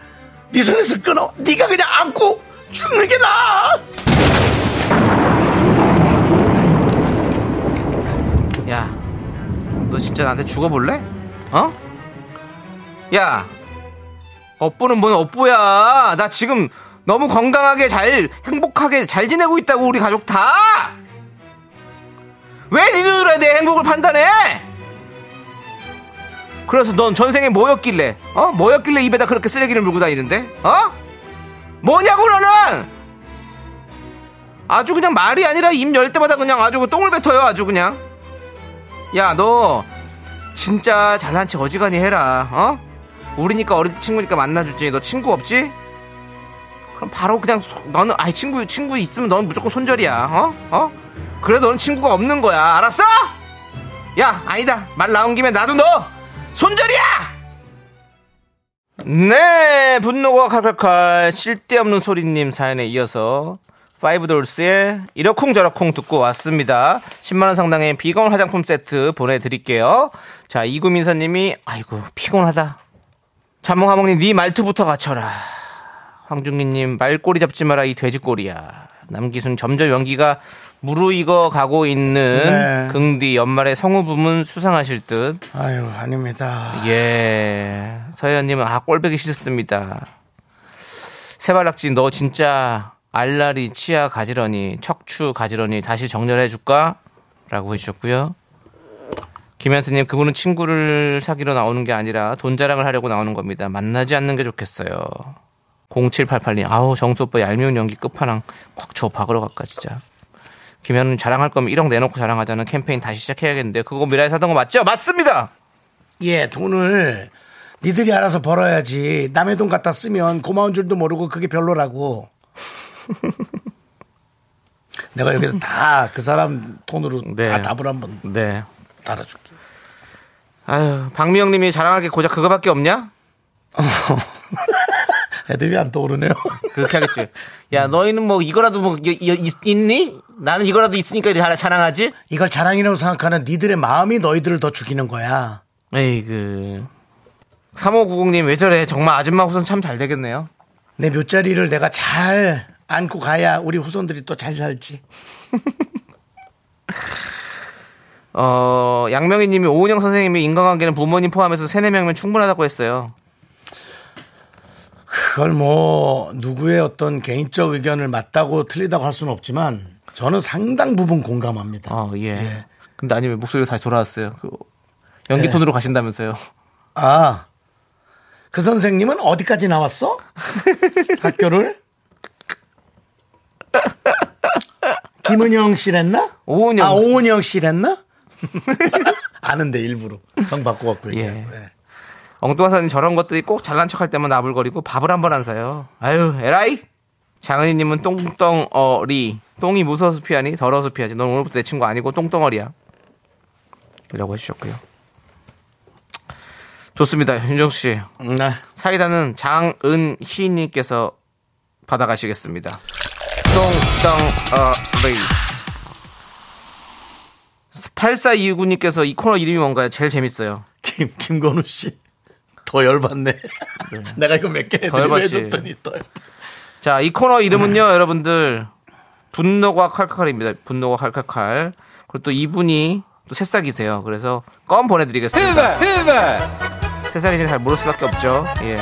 S1: 네 손에서 끊어. 네가 그냥 안고 죽는 게 나아.
S2: 야, 너 진짜 나한테 죽어볼래? 어? 야, 업보는 뭔 업보야? 나 지금 너무 건강하게 잘 행복하게 잘 지내고 있다고 우리 가족 다. 왜 니들에 내 행복을 판단해? 그래서 넌 전생에 뭐였길래? 어? 뭐였길래 입에다 그렇게 쓰레기를 물고 다니는데? 어? 뭐냐고 너는? 아주 그냥 말이 아니라 입 열 때마다 그냥 아주 똥을 뱉어요 아주 그냥 야, 너 진짜 잘난 척 어지간히 해라. 어? 우리니까 어린 친구니까 만나주지. 너 친구 없지? 그럼 바로 그냥 소- 너는 아이 친구 친구 있으면 넌 무조건 손절이야. 어? 어? 그래 너는 친구가 없는 거야. 알았어? 야, 아니다. 말 나온 김에 나도 너 손절이야. 네, 분노가 칼칼칼 쓸데없는 소리님 사연에 이어서 파이브돌스의 이러쿵저러쿵 듣고 왔습니다. 10만 원 상당의 비건 화장품 세트 보내드릴게요. 자, 이구민서님이 아이고 피곤하다. 자몽하몽님 네 말투부터 갖춰라. 황중기님 말꼬리 잡지 마라 이 돼지꼬리야. 남기순 점점 연기가 무르익어 가고 있는
S1: 네.
S2: 긍디 연말에 성우 부문 수상하실 듯.
S1: 아유, 아닙니다.
S2: 예. 서현님은 아 꼴배기 싫습니다. 세발낙지 너 진짜 알라리 치아 가지런히 척추 가지런히 다시 정렬해 줄까? 라고 해주셨고요. 김현태님 그분은 친구를 사귀러 나오는 게 아니라 돈 자랑을 하려고 나오는 겁니다. 만나지 않는 게 좋겠어요. 0788님 아우 정수 오빠 얄미운 연기 끝판왕 콱 저 박으러 갈까 진짜. 김현은 자랑할 거면 1억 내놓고 자랑하자는 캠페인 다시 시작해야겠는데 그거 미라에 사던 거 맞죠? 맞습니다.
S1: 예, 돈을 니들이 알아서 벌어야지. 남의 돈 갖다 쓰면 고마운 줄도 모르고 그게 별로라고. 내가 여기서 다 그 사람 돈으로
S2: 네.
S1: 다 답을 한번
S2: 네.
S1: 달아줄게.
S2: 아유, 박미영 님이 자랑할 게 고작 그거밖에 없냐?
S1: 애들이 안 떠오르네요.
S2: 그렇게 하겠지. 야, 너희는 뭐 이거라도 뭐 이- 이- 있- 있니? 나는 이거라도 있으니까 이제 하나 자랑하지?
S1: 이걸 자랑이라고 생각하는 니들의 마음이 너희들을 더 죽이는 거야.
S2: 에이그. 3590님 왜 저래? 정말 아줌마 후손 참 잘 되겠네요.
S1: 내 묘자리를 내가 잘 안고 가야 우리 후손들이 또 잘 살지.
S2: 어, 양명희 님이 오은영 선생님이 인간관계는 부모님 포함해서 세네 명이면 충분하다고 했어요.
S1: 그걸 뭐 누구의 어떤 개인적 의견을 맞다고 틀리다고 할 수는 없지만 저는 상당 부분 공감합니다.
S2: 어, 예. 근데 아니 왜 목소리가 다시 돌아왔어요? 그 연기톤으로 가신다면서요.
S1: 아, 그 선생님은 어디까지 나왔어? 학교를? 김은영 씨랬나?
S2: 오은영.
S1: 아, 오은영 씨랬나? 아는데 일부러 성 바꿔갖고
S2: 예.
S1: 얘기해요. 예.
S2: 엉뚱한 저런 것들이 꼭 잘난 척할 때만 나불거리고 밥을 한 번 안 사요. 아유, 에라이! 장은희님은 똥덩어리. 똥이 무서워서 피하니 더러워서 피하지. 넌 오늘부터 내 친구 아니고 똥덩어리야. 이라고 해주셨고요. 좋습니다. 윤정수 씨.
S1: 네.
S2: 사이다는 장은희님께서 받아가시겠습니다. 똥덩어리. 8429님께서 이 코너 이름이 뭔가요? 제일 재밌어요.
S1: 김, 김건우 씨. 더 열받네. 내가 이거 몇 개 해드리고
S2: 열받지.
S1: 해줬더니 또. 열받-
S2: 자, 이 코너 이름은요, 여러분들. 분노가 칼칼칼입니다. 분노가 칼칼칼. 그리고 또 이분이 또 새싹이세요. 그래서 껌 보내드리겠습니다. 새싹이시면 잘 모를 수밖에 없죠. 예.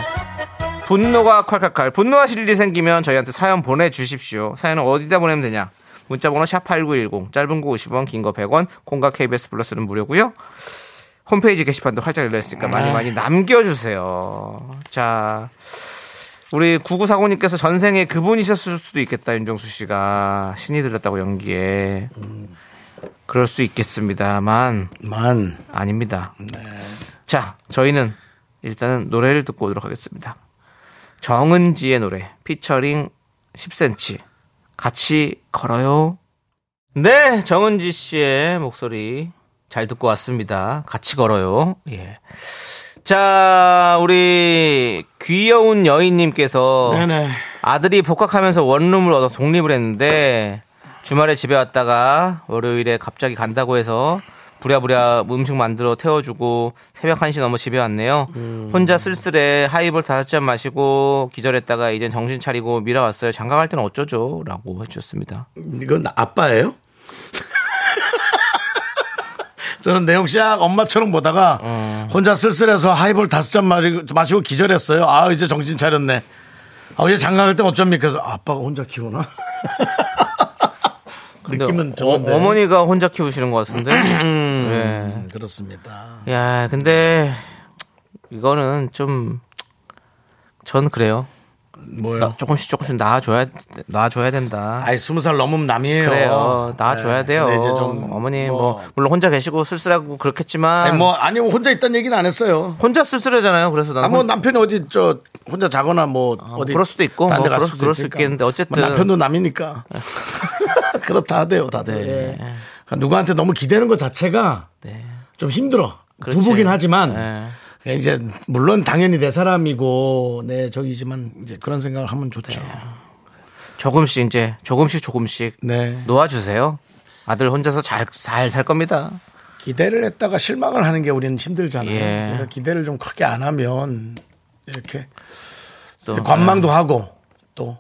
S2: 분노가 칼칼칼. 분노하실 일이 생기면 저희한테 사연 보내주십시오. 사연은 어디다 보내면 되냐? 문자번호 샵8910, 짧은 거 50원, 긴 거 100원, 콩과 KBS 플러스는 무료고요 홈페이지 게시판도 활짝 열려있으니까 많이 많이 남겨주세요. 자, 우리 9945님께서 전생에 그분이셨을 수도 있겠다, 윤정수 씨가. 신이 들렸다고 연기에. 그럴 수 있겠습니다만,
S1: 만.
S2: 아닙니다. 자, 저희는 일단은 노래를 듣고 오도록 하겠습니다. 정은지의 노래, 피처링 10cm. 같이 걸어요. 네, 정은지 씨의 목소리 잘 듣고 왔습니다. 같이 걸어요. 예. 자, 우리 귀여운 여인님께서
S1: 네네.
S2: 아들이 복학하면서 원룸을 얻어 독립을 했는데 주말에 집에 왔다가 월요일에 갑자기 간다고 해서 부랴부랴 음식 만들어 태워주고 새벽 1시 넘어 집에 왔네요.
S1: 음.
S2: 혼자 쓸쓸해 하이볼 다섯 잔 마시고 기절했다가 이젠 정신 차리고 밀어왔어요. 장가 갈 때는 어쩌죠? 라고 해주셨습니다.
S1: 이건 아빠예요? 저는 내용 시작 엄마처럼 보다가
S2: 어.
S1: 혼자 쓸쓸해서 하이볼 다섯 잔 마리- 마시고 기절했어요. 아 이제 정신 차렸네. 아 이제 장가갈 땐 어쩝니까? 그래서 아빠가 혼자 키우나?
S2: 근데
S1: 느낌은
S2: 어,
S1: 좋은데.
S2: 어머니가 혼자 키우시는 것 같은데. 예.
S1: 음, 그렇습니다.
S2: 야, 근데 이거는 좀 전 그래요.
S1: 뭐요?
S2: 나- 조금씩 조금씩 나아줘야 나아줘야 된다.
S1: 아이 스무 살 넘으면 남이에요.
S2: 그래요. 나아줘야
S1: 네,
S2: 돼요.
S1: 근데 이제 좀
S2: 어머니 뭐, 물론 혼자 계시고 쓸쓸하고 그렇겠지만
S1: 아니 뭐 아니 혼자 있다는 얘기는 안 했어요.
S2: 혼자 쓸쓸하잖아요. 그래서 나는
S1: 아뭐
S2: 혼-
S1: 남편이 어디 저 혼자 자거나 뭐 어디
S2: 그럴 수도 있고,
S1: 딴데
S2: 아, 뭐
S1: 갈
S2: 그럴-
S1: 수도
S2: 그럴 수
S1: 있으니까.
S2: 있겠는데 어쨌든.
S1: 뭐 남편도 남이니까 그렇다 하대요 다들.
S2: 네.
S1: 예. 그러니까 누구한테 너무 기대는 것 자체가
S2: 네.
S1: 좀 힘들어.
S2: 그렇지.
S1: 부부긴 하지만
S2: 네.
S1: 그냥 이제 물론 당연히 내 사람이고 내 저기지만 이제 그런 생각을 하면 좋죠.
S2: 조금씩 이제 조금씩 조금씩
S1: 네.
S2: 놓아주세요. 아들 혼자서 잘 잘 살 겁니다.
S1: 기대를 했다가 실망을 하는 게 우리는 힘들잖아요.
S2: 예.
S1: 그러니까 기대를 좀 크게 안 하면 이렇게
S2: 또 예.
S1: 관망도 하고 또.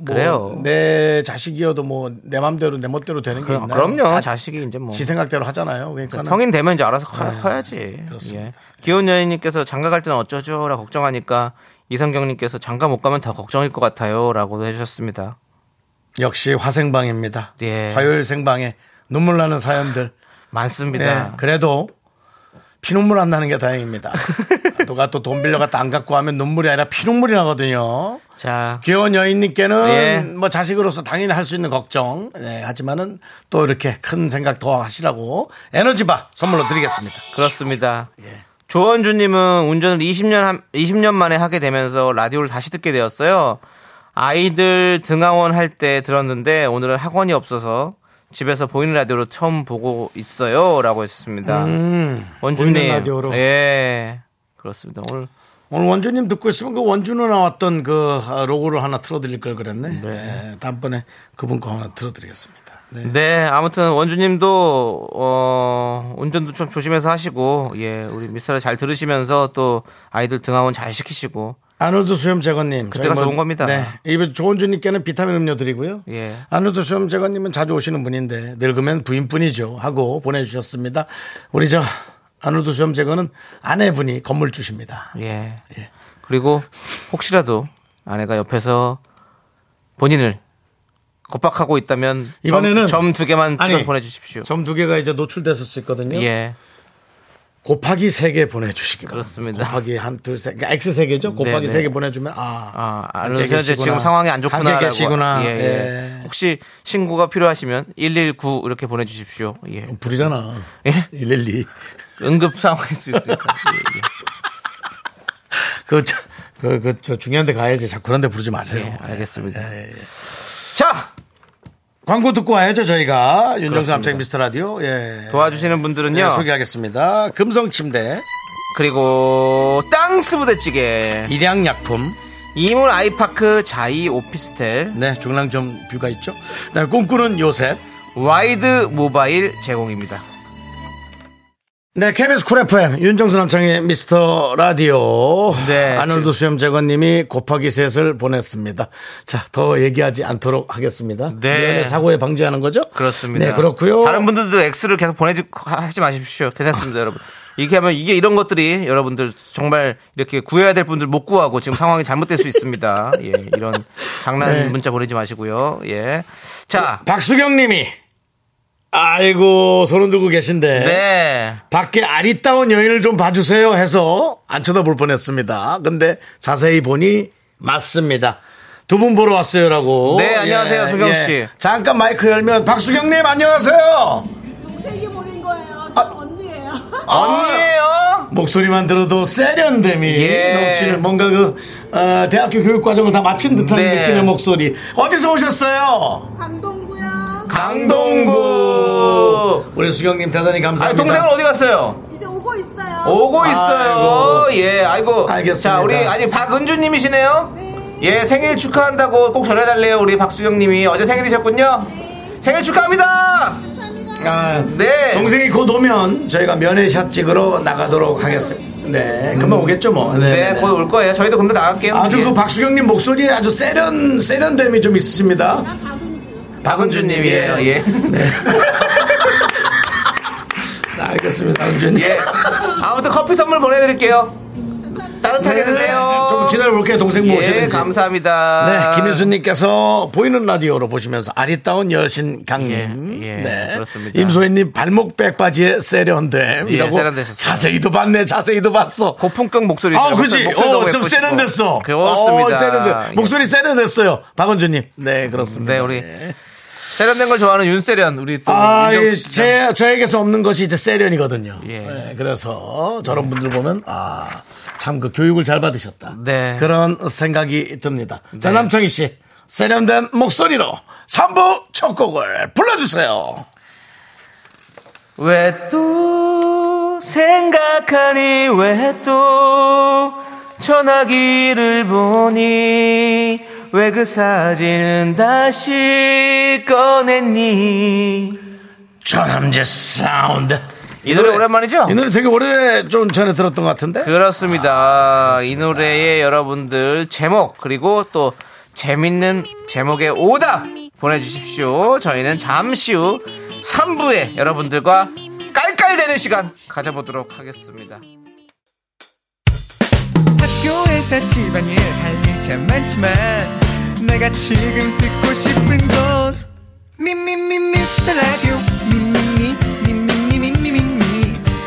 S1: 뭐
S2: 그래요.
S1: 내 자식이어도 뭐 내 맘대로 내 멋대로 되는 게
S2: 그,
S1: 있나요?
S2: 그럼요.
S1: 다
S2: 자식이 이제 뭐
S1: 지 생각대로 하잖아요. 그러니까
S2: 성인 되면 이제 알아서 커, 커야지.
S1: 그렇습니다.
S2: 예. 귀여운 여인님께서 장가 갈 때는 어쩌죠라 걱정하니까 이성경님께서 장가 못 가면 더 걱정일 것 같아요라고 해주셨습니다.
S1: 역시 화생방입니다.
S2: 예.
S1: 화요일 생방에 눈물 나는 사연들. 네,
S2: 많습니다.
S1: 그래도 피눈물 안 나는 게 다행입니다. 누가 또 돈 빌려갔다 안 갖고 하면 눈물이 아니라 피눈물이 나거든요.
S2: 자,
S1: 귀여운 여인님께는
S2: 예.
S1: 뭐 자식으로서 당연히 할 수 있는 걱정. 네, 하지만은 또 이렇게 큰 생각 더 하시라고 에너지바 선물로 드리겠습니다.
S2: 그렇습니다.
S1: 예.
S2: 조원주님은 운전을 20년 한- 20년 만에 하게 되면서 라디오를 다시 듣게 되었어요. 아이들 등하원 할 때 들었는데 오늘은 학원이 없어서 집에서 보이는 라디오로 처음 보고 있어요라고 했습니다. 원주님,
S1: 음, 보이는 라디오로.
S2: 예, 그렇습니다. 오늘
S1: 오늘 원주님 듣고 있으면 그 원주는 나왔던 그 아, 로고를 하나 틀어드릴 걸 그랬네. 네, 다음번에 그분 거 하나 틀어드리겠습니다. 네.
S2: 네, 아무튼 원주님도 어 운전도 좀 조심해서 하시고 예 우리 미스터를 잘 들으시면서 또 아이들 등하원 잘 시키시고
S1: 아놀드 수염 제거님.
S2: 그때가
S1: 저희
S2: 좋은 겁니다.
S1: 네. 이번 조원주님께는 비타민 음료 드리고요.
S2: 예.
S1: 아놀드 수염 제거님은 자주 오시는 분인데 늙으면 부인뿐이죠. 하고 보내주셨습니다. 우리 저 아놀드 수염 제거는 아내분이 건물 주십니다.
S2: 예. 그리고 혹시라도 아내가 옆에서 본인을 겁박하고 있다면
S1: 이번에는
S2: 점 두 개만
S1: 아니,
S2: 추가 보내주십시오.
S1: 점 두 개가 이제 노출됐었거든요.
S2: 예,
S1: 곱하기 세 개 보내주시기 바랍니다.
S2: 그렇습니다.
S1: 곱하기 한, 둘, 세, 그러니까 X 세 개죠?
S2: 네,
S1: 곱하기
S2: 네.
S1: 세 개 보내주면, 아.
S2: 아,
S1: 함께
S2: 알려주세요.
S1: 계시구나.
S2: 지금 상황이 안 좋구나.
S1: 함께 계시구나.
S2: 예, 예.
S1: 예.
S2: 혹시 신고가 필요하시면 119 이렇게 보내주십시오. 예.
S1: 불이잖아.
S2: 예?
S1: 112.
S2: 응급 상황일 수 있으니까. 예, 예.
S1: 그, 저, 그, 그, 저 중요한 데 가야지. 자꾸 그런 데 부르지 마세요.
S2: 예, 알겠습니다.
S1: 자! 광고 듣고 와야죠, 저희가. 윤정수 남창 미스터 라디오. 예.
S2: 도와주시는 분들은요.
S1: 예, 소개하겠습니다. 금성 침대,
S2: 그리고 땅스 부대찌개,
S1: 일양약품,
S2: 이문 아이파크 자이 오피스텔,
S1: 네, 중랑점 뷰가 있죠. 그다음에 꿈꾸는 요셉,
S2: 와이드 모바일 제공입니다.
S1: 네, KBS 쿨 FM 윤정수 남창의 미스터 라디오
S2: 네,
S1: 아놀드 수염 재건님이 곱하기 셋을 보냈습니다. 자, 더 얘기하지 않도록 하겠습니다.
S2: 네.
S1: 미연의 사고에 방지하는 거죠?
S2: 그렇습니다.
S1: 네, 그렇고요.
S2: 다른 분들도 X를 계속 보내지 하지 마십시오. 괜찮습니다, 여러분. 이렇게 하면 이게 이런 것들이 여러분들 정말 이렇게 구해야 될 분들 못 구하고 지금 상황이 잘못될 수 있습니다. 예, 이런 장난
S1: 네.
S2: 문자 보내지 마시고요. 예. 자,
S1: 박수경님이 아이고 소름 돋고 계신데
S2: 네.
S1: 밖에 아리따운 여인을 좀 봐주세요 해서 안 쳐다볼 뻔했습니다. 근데 자세히 보니 맞습니다. 두 분 보러 왔어요라고. 예,
S2: 네, 안녕하세요, 수경 씨.
S1: 잠깐 마이크 열면 박수경님 안녕하세요.
S6: 동생이 보낸 거예요. 저 언니예요.
S2: 아. 언니예요.
S1: 목소리만 들어도 세련됨이
S2: 예.
S1: 넘치는 뭔가 그 어, 대학교 교육 과정을 다 마친 듯한
S2: 네.
S1: 느낌의 목소리 어디서 오셨어요?
S6: 강동구야.
S1: 강동구 우리 수경님 대단히
S2: 아,
S1: 감사합니다.
S2: 동생은 어디 갔어요?
S6: 이제 오고 있어요.
S2: 오고 있어요. 예, 아이고.
S1: 알겠습니다.
S2: 자, 우리 아니 박은주 님이시네요.
S6: 네.
S2: 예, 생일 축하한다고 꼭 전해달래요. 우리 박수경님이 어제 생일이셨군요. 생일 축하합니다.
S1: 아,
S2: 네.
S1: 동생이 곧 오면 저희가 면회샷 찍으러 나가도록 하겠습니다. 네, 금방 오겠죠 뭐.
S2: 네, 곧 올 거예요. 저희도 금방 나갈게요.
S1: 아주
S2: 예.
S1: 그 박수경님 목소리에 아주 세련 세련됨이 좀 있으십니다.
S2: 박은주님이에요. 예.
S1: 네, 알겠습니다, 박은주님. 네,
S2: 예. 아무튼 커피 선물 보내드릴게요. 따뜻하게 드세요.
S1: 네. 좀 기다려볼게요, 동생 뭐 모시는지.
S2: 예, 감사합니다.
S1: 네, 김혜수님께서 보이는 라디오로 보시면서 아리따운 여신 강림,
S2: 예, 예,
S1: 네,
S2: 그렇습니다.
S1: 임소희님 발목 백바지의 세련됨,
S2: 예,
S1: 이라고
S2: 세련되셨어요.
S1: 자세히도 봤네, 자세히도 봤어.
S2: 고품격 목소리.
S1: 아, 그지. 어, 좀 세련됐어.
S2: 그렇습니다. 예.
S1: 어, 세련돼. 목소리 세련됐어요. 박원주님. 네, 그렇습니다.
S2: 네, 우리 세련된 걸 좋아하는 윤세련 우리 또
S1: 아, 예,
S2: 윤정수 씨.
S1: 제, 저에게서 없는 것이 이제 세련이거든요.
S2: 예.
S1: 네, 그래서 저런 분들 보면, 아, 참 그 교육을 잘 받으셨다.
S2: 네.
S1: 그런 생각이 듭니다. 자, 남창희 씨. 세련된 목소리로 3부 첫 곡을 불러주세요.
S2: 왜 또 생각하니 왜 또 전화기를 보니 왜 그 사진은 다시 꺼냈니
S1: 전함제 사운드.
S2: 이 노래 오랜만이죠?
S1: 이 노래 되게 오래 좀 전에 들었던 것 같은데?
S2: 그렇습니다. 이 노래의 여러분들 제목 그리고 또 재밌는 제목의 오답 보내주십시오. 저희는 잠시 후 3부에 여러분들과 깔깔대는 시간 가져보도록 하겠습니다.
S7: 학교에서 집안일 할 일 참 많지만 내가 지금 듣고 싶은 건 미미미 미스터 라디오 미미미 미미미 미미미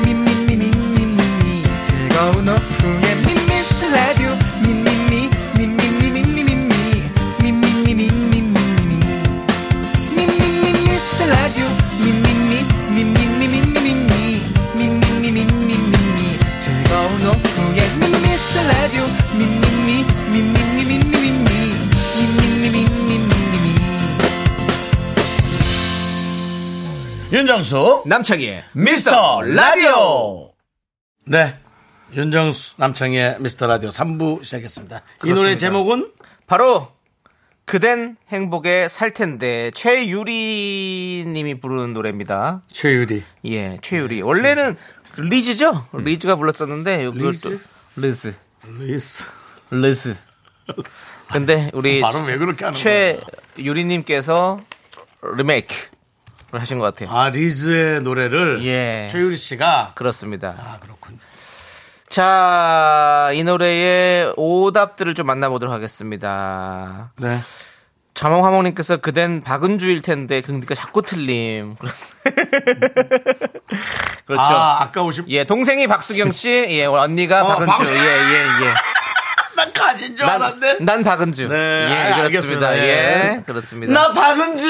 S7: 미미미 미미미 즐거운 오후에 미스터 라디오 미미미 미미미 미미미 미미미 미미미
S1: 윤정수.
S2: 남창희의
S1: 미스터 라디오. 네. 윤정수 남창의 미스터 라디오 3부 시작했습니다. 이 노래 제목은
S2: 바로 그댄 행복에 살 텐데 최유리 님이 부르는 노래입니다.
S1: 최유리.
S2: 예, 최유리. 원래는 리즈죠? 리즈가 불렀었는데 이걸 또 리즈.
S1: 리스.
S2: 리즈. 근데 우리
S1: 발음 왜 그렇게 하는 거야?
S2: 최유리님께서 리메이크를 하신 것 같아요.
S1: 아 리즈의 노래를
S2: 예.
S1: 최유리 씨가
S2: 그렇습니다.
S1: 아 그렇군요.
S2: 자, 이 노래의 오답들을 좀 만나보도록 하겠습니다.
S1: 네.
S2: 자몽화몽님께서 그댄 박은주일 텐데, 근데 자꾸 틀림. 그렇죠.
S1: 아 아까우신
S2: 예, 동생이 박수경 씨, 예, 우리 언니가
S1: 어,
S2: 박은주.
S1: 박-
S2: 예, 예, 예.
S1: 난 가진 줄
S2: 난,
S1: 알았네.
S2: 난 박은주.
S1: 네,
S2: 예,
S1: 아,
S2: 그렇습니다.
S1: 알겠습니다.
S2: 예,
S1: 예.
S2: 그렇습니다.
S1: 나 박은주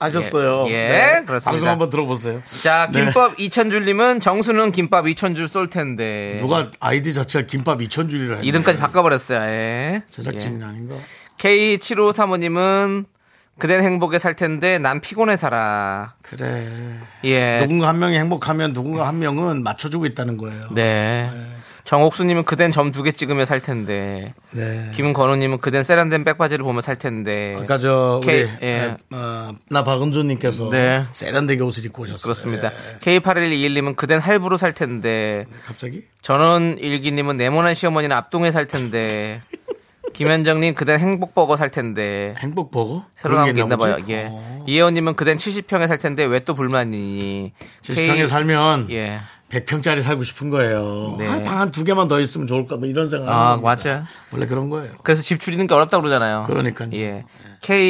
S1: 아셨어요. 네.
S2: 예, 예, 그렇습니다.
S1: 방송 한번 들어보세요.
S2: 자,
S1: 네.
S2: 김밥 이천줄님은 정수는 김밥 이천줄 쏠 텐데.
S1: 누가 아이디 자체가 김밥 이천줄이라 했네.
S2: 이름까지 바꿔버렸어요. 예.
S1: 제작진 이 아닌가?
S2: K 7 5 3 5님은 그댄 행복에 살 텐데 난 피곤해 살아.
S1: 그래.
S2: 예.
S1: 누군가 한 명이 행복하면 누군가 한 명은 맞춰주고 있다는 거예요.
S2: 네. 정옥수님은 그댄 점 두 개 찍으며 살 텐데.
S1: 네.
S2: 김건우님은 그댄 세련된 백바지를 보며 살 텐데.
S1: 아까 저 우리
S2: K- 예.
S1: 에, 어, 나 박은주님께서
S2: 네.
S1: 세련되게 옷을 입고 오셨어요.
S2: 그렇습니다.
S1: 예.
S2: K8121님은 그댄 할부로 살 텐데.
S1: 갑자기?
S2: 전원일기님은 네모난 시어머니는 앞동에 살 텐데. 김현정님 그댄 행복버거 살 텐데.
S1: 행복 버거?
S2: 새로 나온 게 있나 봐요.
S1: 보지?
S2: 예.
S1: 어.
S2: 이혜원님은 그댄 70평에 살 텐데 왜 또 불만이니?
S1: 70평에
S2: K-
S1: 살면
S2: 예.
S1: 100평짜리 살고 싶은 거예요.
S2: 네.
S1: 방 한 두 개만 더 있으면 좋을까 뭐 이런 생각.
S2: 아, 맞아요.
S1: 원래 그런 거예요.
S2: 그래서 집 줄이는 게 어렵다고 그러잖아요.
S1: 그러니까요.
S2: 예.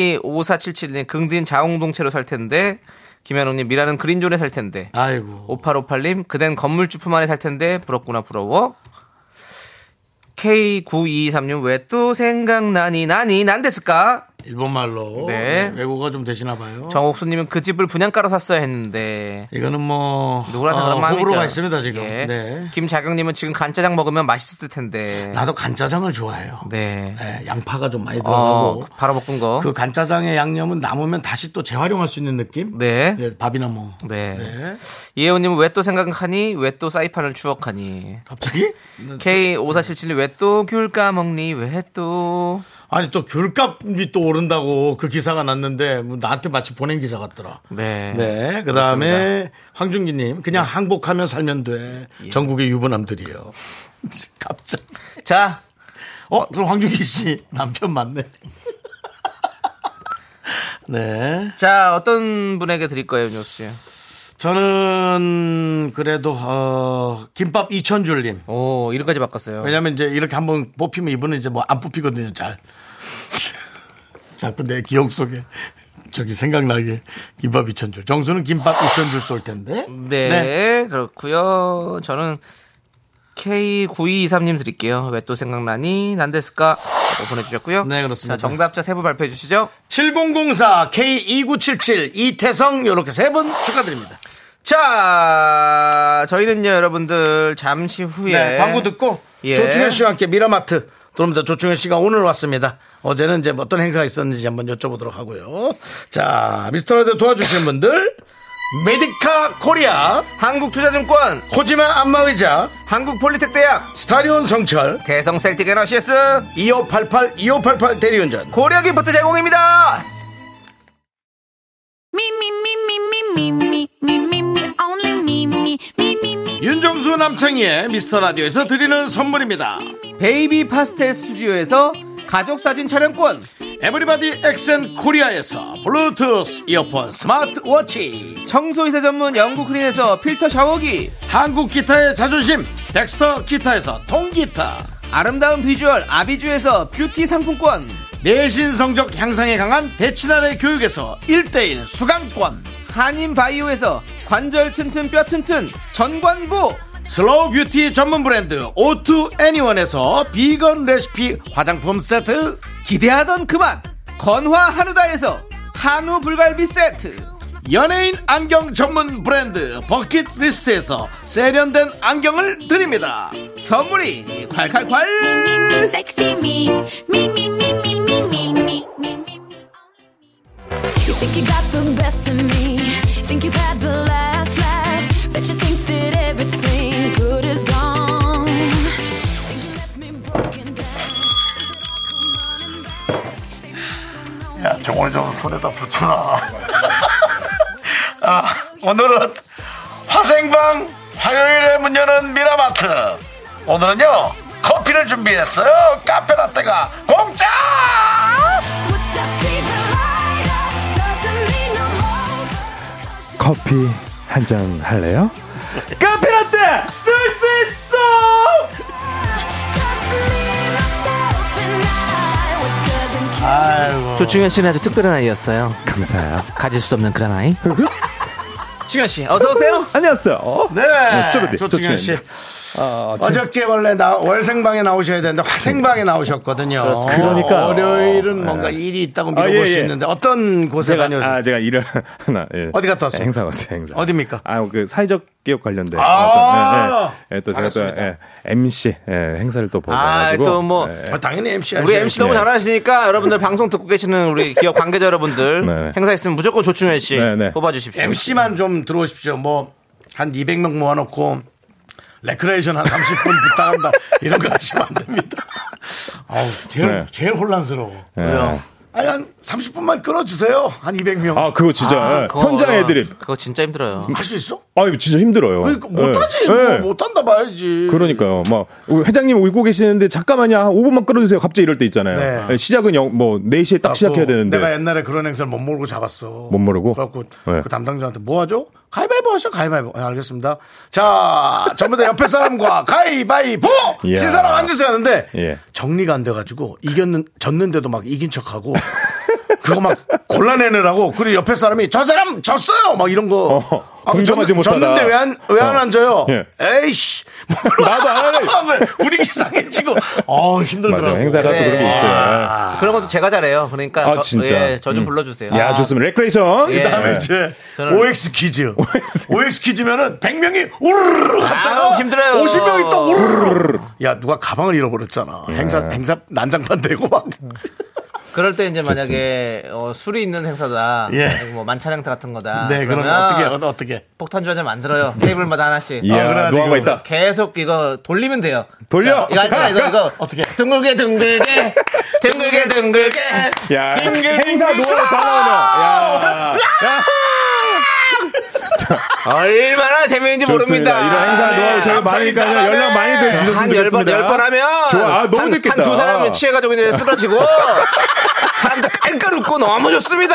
S2: K5477님 긍딘 자웅동체로 살 텐데 김현웅님 미라는 그린존에 살 텐데
S1: 아이고.
S2: 어. 5858님 그댄 건물 주품 안에 살 텐데 부럽구나 부러워. K9223님 왜 또 생각나니 나니 난 됐을까?
S1: 일본 말로
S2: 네.
S1: 외국어 좀 되시나 봐요.
S2: 정옥수님은 그 집을 분양가로 샀어야 했는데
S1: 이거는 뭐
S2: 누구라도 그런 마음이죠.
S1: 호불호가 있습니다 지금.
S2: 예.
S1: 네.
S2: 김자경님은 지금 간짜장 먹으면 맛있을 텐데.
S1: 나도 간짜장을 좋아해요.
S2: 네.
S1: 네, 양파가 좀 많이
S2: 어,
S1: 들어가고
S2: 바로 볶은 거.
S1: 그 간짜장의 양념은 남으면 다시 또 재활용할 수 있는 느낌?
S2: 네.
S1: 네, 밥이나 뭐.
S2: 네.
S1: 네.
S2: 이혜원님은 왜 또 생각하니? 왜 또 사이판을 추억하니?
S1: 갑자기?
S2: K5477님 왜 또 귤 까먹니? 왜 또?
S1: 아니 또 귤값이 또 오른다고 그 기사가 났는데 뭐 나한테 마치 보낸 기사 같더라.
S2: 네.
S1: 네, 그 다음에 황준기님 그냥 항복하면 살면 돼. 전국의 유부남들이요. 갑자기.
S2: 자,
S1: 어, 그럼 황준기 씨 남편 맞네. 네.
S2: 자 어떤 분에게 드릴 거예요, 윤정수 씨?
S1: 저는 그래도 어, 김밥 이천줄님.
S2: 오, 이름까지 바꿨어요.
S1: 왜냐면 이제 이렇게 한번 뽑히면 이분은 이제 뭐 안 뽑히거든요, 잘. 자꾸 내 기억 속에 저기 생각나게 김밥 이천줄. 정수는 김밥 이천줄 쏠 텐데.
S2: 네, 그렇고요. 저는 K9223님 드릴게요. 왜 또 생각나니? 난데스까? 라고 보내주셨고요.
S1: 네, 그렇습니다.
S2: 자, 정답자 세 분 발표해 주시죠.
S1: 7004 K2977 이태성 요렇게 세 분 축하드립니다.
S2: 자, 저희는요, 여러분들, 잠시 후에.
S1: 네, 광고 듣고
S2: 예.
S1: 조충현 씨와 함께 미라마트 들어옵니다. 조충현 씨가 오늘 왔습니다. 어제는 이제 어떤 행사가 있었는지 한번 여쭤보도록 하고요. 자, 미스터라디오 도와주시는 분들 메디카 코리아
S2: 한국투자증권,
S1: 코지마 안마의자
S2: 한국폴리텍대학,
S1: 스타리온 성철
S2: 대성 셀틱 에너시스,
S1: 2588 2588 대리운전
S2: 고려기프트 제공입니다!
S5: Me, me, me, me, me, me, me, me, me, me, only me, me, me, me, me.
S1: 윤정수 남창희의 미스터라디오에서 드리는 선물입니다.
S2: 베이비 파스텔 스튜디오에서 가족사진 촬영권,
S1: 에브리바디 엑센 코리아에서 블루투스 이어폰 스마트워치
S2: 청소이사 전문 영국크린에서 필터 샤워기,
S1: 한국 기타의 자존심 덱스터 기타에서 통기타
S2: 아름다운 비주얼 아비주에서 뷰티 상품권,
S1: 내신 성적 향상에 강한 대치나래 교육에서 1대1 수강권
S2: 한인 바이오에서 관절 튼튼 뼈 튼튼 전관보
S1: 슬로우 뷰티 전문 브랜드 오투 애니원에서 비건 레시피 화장품 세트
S2: 기대하던 그만 건화 한우다에서 한우 불갈비 세트
S1: 연예인 안경 전문 브랜드 버킷리스트에서 세련된 안경을 드립니다
S2: 선물이 콸콸콸
S5: Me, me, sexy me. Me, me, me, me, me, me, me, me, me, me, only me. You think you got the best of me. Think you've had the last laugh. Bet you think that everything good is gone. Think you left me broken down.
S1: 야 정원이 좀 손에다 붙여놔 아 오늘은 화생방 화요일에 문 여는 미라마트 오늘은요 커피를 준비했어요 카페라떼가 공짜
S5: What's up, see the light up. Doesn't mean no more.
S8: 커피 한 잔 할래요?
S2: 카페라떼 쓸 수 있어
S5: Just me, myself, and I. What doesn't count.
S2: 조충현 씨는 아주 특별한 아이였어요
S8: 감사해요.
S2: 가질 수 없는 그런 아이 충현 씨 어서 오세요
S8: 안녕하세요.
S1: 네
S8: 쪼르디,
S1: 조충현 씨
S8: 조충현. 어, 지금
S1: 어저께 원래 나 월생방에 나오셔야 되는데 화생방에 나오셨거든요
S8: 그러니까요.
S1: 월요일은 뭔가 일이 있다고
S8: 아,
S1: 미뤄볼
S8: 예,
S1: 수
S8: 예.
S1: 있는데 어떤 곳에
S8: 제가,
S1: 다녀오셨어요
S8: 아, 제가 일을 하나, 예.
S1: 어디 갔다 왔어요?
S8: 행사 왔어요, 행사.
S1: 어딥니까?
S8: 아, 그 사회적 기업 관련된.
S1: 아!
S8: 어떤, 예, 예. 예, 또 제가 또,
S1: 알았습니다.
S8: 예, MC, 예, 행사를 또 보고.
S2: 아,
S8: 와가지고,
S2: 또 뭐,
S8: 예.
S1: 아, 당연히 MC
S2: 우리 MC 너무
S8: 네.
S2: 잘하시니까 여러분들 방송 듣고 계시는 우리 기업 관계자 여러분들
S8: 네.
S2: 행사 있으면 무조건 조충현 씨
S8: 네, 네.
S2: 뽑아주십시오
S1: MC만 좀 들어오십시오. 뭐, 한 200명 모아놓고, 레크레이션 한 30분 부탁한다. 이런 거 하시면 안 됩니다. 아우, 제일,
S8: 네.
S1: 제일 혼란스러워.
S8: 예.
S2: 왜요?
S1: 아니, 한 30분만 끌어주세요. 한 200명.
S8: 아, 그거 진짜, 예.
S2: 그거
S8: 현장
S2: 어려워.
S8: 애드립.
S2: 그거 진짜 힘들어요
S1: 할 수 있어?
S8: 아, 이거 진짜 힘들어요.
S1: 그러니까,
S8: 예.
S1: 못하지.
S8: 예.
S1: 뭐, 못한다 봐야지.
S8: 그러니까요. 막 회장님 울고 계시는데 잠깐만요. 한 5분만 끌어주세요. 갑자기 이럴 때 있잖아요.
S1: 네.
S8: 예, 시작은 영- 뭐 4시에 딱 시작해야 되는데.
S1: 내가 옛날에 그런 행사를 못 모르고 잡았어. 못
S8: 모르고?
S1: 그래갖고
S8: 네.
S1: 그 담당자한테 뭐 하죠? 가위바위보 하셔, 가위바위보. 아, 알겠습니다. 자, 전부 다 옆에 사람과 가위바위보!
S8: 이야.
S1: 진 사람 앉으세요 하는데
S8: 예.
S1: 정리가 안 돼가지고 이겼는, 졌는데도 막 이긴 척하고 그거 막 골라내느라고 그리고 옆에 사람이 저 사람 졌어요! 막 이런 거.
S8: 어,
S1: 아,
S8: 공정하지
S1: 졌-
S8: 못하다.
S1: 졌는데 왜 안, 왜 안
S8: 어.
S1: 앉아요?
S8: 예.
S1: 에이씨. 뭐
S8: 나도 안 하래.
S1: 분위기 상해지고. 어, 힘들더라고.
S8: 맞아요. 행사가
S2: 그래.
S8: 또 그런 게 있어요.
S2: 그런 것도 제가 잘해요. 그러니까
S8: 아,
S2: 아, 저,
S8: 진짜?
S2: 예, 저 좀
S8: 음.
S2: 불러주세요.
S8: 야, 좋습니다. 레크레이션.
S2: 예.
S1: 그다음에
S8: 네.
S1: 이제
S2: 저는-
S1: OX 퀴즈. OX 퀴즈면은 100명이 우르르 갔다가
S2: 아유, 힘들어요.
S1: 50명이 또 우르르. 야, 누가 가방을 잃어버렸잖아. 행사 행사 난장판 되고 막.
S2: 그럴 때 이제 만약에 어, 술이 있는 행사다,
S1: 예.
S2: 아니면 뭐 만찬 행사 같은 거다.
S1: 네, 그러면 어떻게, 어떻게.
S2: 폭탄주 한잔 만들어요. 테이블마다 하나씩.
S8: 이야,
S1: 그래가지고.
S8: 노하우가 있다.
S2: 계속 이거 돌리면 돼요.
S8: 예. 돌려!
S2: 자, 이거 하잖아, 이거, 이거.
S1: 어떻게?
S2: 둥글게, 둥글게. 둥글게, 둥글게.
S8: 야, 행사 노래 다 나오냐. 야,
S2: 아, 얼마나 재미있는지
S8: 좋습니다.
S2: 모릅니다. 아, 예.
S8: 이런 행사 노하우 제가 많이 니까요. 연락 많이 더
S2: 네. 한
S8: 주셨으면
S2: 열 번,
S8: 좋겠습니다.
S2: 열 번 하면.
S8: 좋아. 아, 너무
S2: 한-
S8: 좋겠다.
S2: 한두 사람이 취해가지고 이제 쓰러지고. 사람들 깔깔 웃고 너무 좋습니다.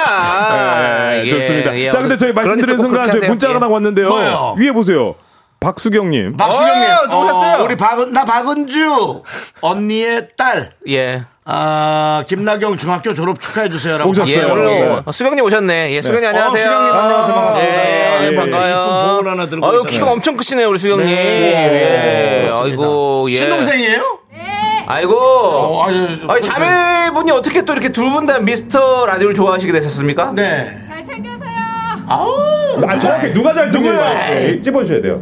S8: 네,
S2: 예,
S8: 좋습니다.
S2: 예,
S8: 자, 근데 저희
S2: 그러니
S8: 말씀드린
S2: 꼭
S8: 순간
S2: 그렇게
S8: 저희 문자가
S2: 하세요. 예.
S8: 하나 왔는데요.
S1: 뭐요?
S8: 위에 보세요. 박수경님.
S1: 박수경님.
S2: 어, 누구 샀어요?
S1: 우리 박은, 나 박은주. 언니의 딸.
S2: 예. 예.
S1: 아, 김나경 중학교 졸업 축하해주세요라고.
S8: 오셨어요. 어,
S2: 예, 오늘
S8: 네.
S2: 어, 수경님 오셨네. 예, 수경님 안녕하세요.
S1: 수경님 안녕하세요. 반갑습니다.
S2: 예,
S1: 예,
S8: 아,
S2: 반가워요.
S1: 이쁜 보물 하나 들고
S2: 아유,
S1: 오셨네요.
S2: 키가 엄청 크시네요, 우리 수경님.
S1: 네,
S2: 예.
S1: 그렇습니다.
S2: 아이고, 예.
S1: 친동생이에요?
S2: 아이고.
S1: 어, 아유,
S2: 아니, 자매분이 어떻게 또 이렇게 두 분 다 미스터 라디오를 좋아하시게 되셨습니까?
S1: 네.
S6: 잘생겨서요.
S1: 아우.
S8: 아, 정확히 누가 잘
S1: 누구야?
S2: 예.
S8: 듣는지 찝어주셔야 돼요.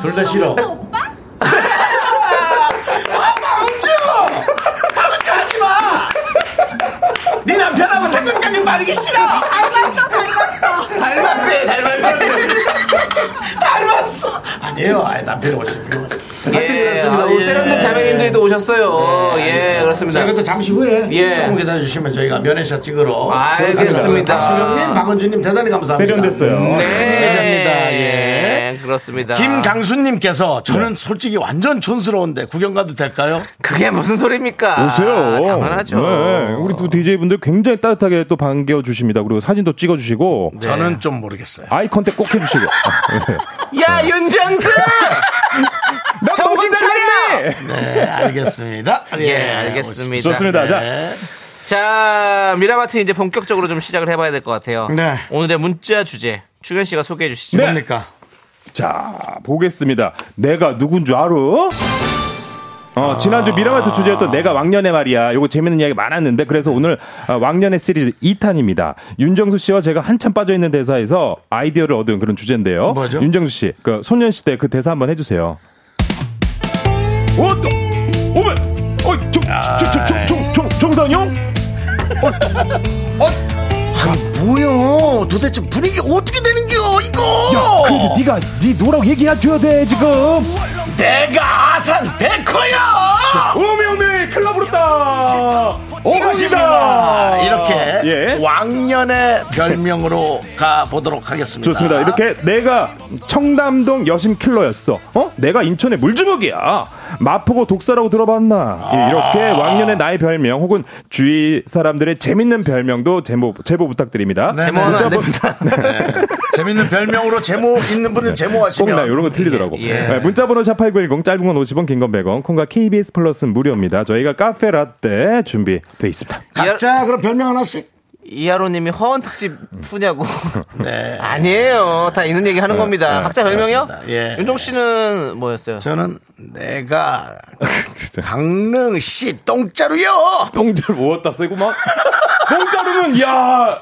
S1: 둘 다 싫어.
S6: 또 오빠?
S1: 박은주! 박은주 하지 마! 네 남편하고 생각까지 빠지기 싫어!
S6: 닮았어, 닮았어.
S2: 닮았대, 닮았대.
S1: 닮았어! 아니에요. 아예 남편이 훨씬 훌륭하죠.
S2: 예, 아우, 세련된 자매님들이 또 오셨어요. 예, 그렇습니다.
S1: 네, 저희가 또 잠시 후에
S2: 예.
S1: 조금 기다려주시면 저희가 면회샷 찍으러.
S2: 알겠습니다. 네.
S1: 박수영님, 박은주님 대단히 감사합니다. 음,
S8: 세련됐어요.
S1: 감사합니다. 예.
S2: 예, 그렇습니다. 네.
S1: 김강수님께서 저는 솔직히 완전 촌스러운데 구경 가도 될까요?
S2: 그게 무슨 소리입니까?
S8: 오세요.
S2: 아, 당연하죠.
S8: 네, 우리 또 DJ분들 굉장히 따뜻하게 또 반겨주십니다. 그리고 사진도 찍어주시고.
S2: 네.
S1: 저는 좀 모르겠어요.
S8: 아이 컨택 꼭 해주시고.
S2: 야, 윤정수! 정신 차려!
S1: 네, 알겠습니다.
S2: 예, 알겠습니다.
S8: 좋습니다. 자,
S1: 네.
S2: 자, 미라마트 이제 본격적으로 좀 시작을 해봐야 될 것 같아요.
S1: 네.
S2: 오늘의 문자 주제, 충현 씨가 소개해 주시죠.
S8: 네.
S1: 뭡니까?
S8: 자, 보겠습니다. 내가 누군 줄 알아? 어, 지난주 미라마트 주제였던 내가 왕년에 말이야. 요거 재밌는 이야기 많았는데, 그래서 오늘 어, 왕년의 시리즈 2탄입니다. 윤정수 씨와 제가 한참 빠져있는 대사에서 아이디어를 얻은 그런 주제인데요.
S1: 뭐죠?
S8: 윤정수 씨, 그 소년시대 그 대사 한번 해주세요. 오, 또, 오메! 어, 정, 정, 정, 정, 정, 정, 정상용?
S1: 아니, 뭐야? 도대체 분위기 어떻게 되는겨, 이거?
S8: 그래도 네가 네 노라고 얘기해줘야 돼, 지금.
S1: 내가 아산 백호야!
S8: 오메, 오메! 클럽 부렀다!
S1: 이것입니다! 이렇게
S8: 예.
S1: 왕년의 별명으로 가보도록 하겠습니다.
S8: 좋습니다. 이렇게 내가 청담동 여심 킬러였어. 어? 내가 인천의 물주먹이야. 마포고 독사라고 들어봤나? 예, 이렇게 왕년의 나의 별명 혹은 주위 사람들의 재밌는 별명도 제보 제보 부탁드립니다.
S1: 네,
S2: 제목은
S1: 네,
S2: 안
S1: 네. 네. 재밌는 별명으로 제모 있는 분은
S8: 꼭 나
S1: 제모하시면
S8: 이런 거 틀리더라고.
S2: 예.
S8: 네, 문자번호 샵8910 짧은 건 50원, 긴 건 100원, 콩과 KBS 플러스는 무료입니다. 저희가 카페 라떼 준비돼 있습니다.
S1: 각자 그럼 별명 하나씩.
S2: 이하로님이 허언 특집 푸냐고.
S1: 네.
S2: 아니에요. 다 있는 얘기 하는 겁니다. 각자 별명이요?
S1: 그렇습니다. 예.
S2: 윤종 씨는 뭐였어요?
S1: 저는 내가 강릉 시 똥자루요.
S8: 똥자루 모았다 쓰고 막 똥자루는 야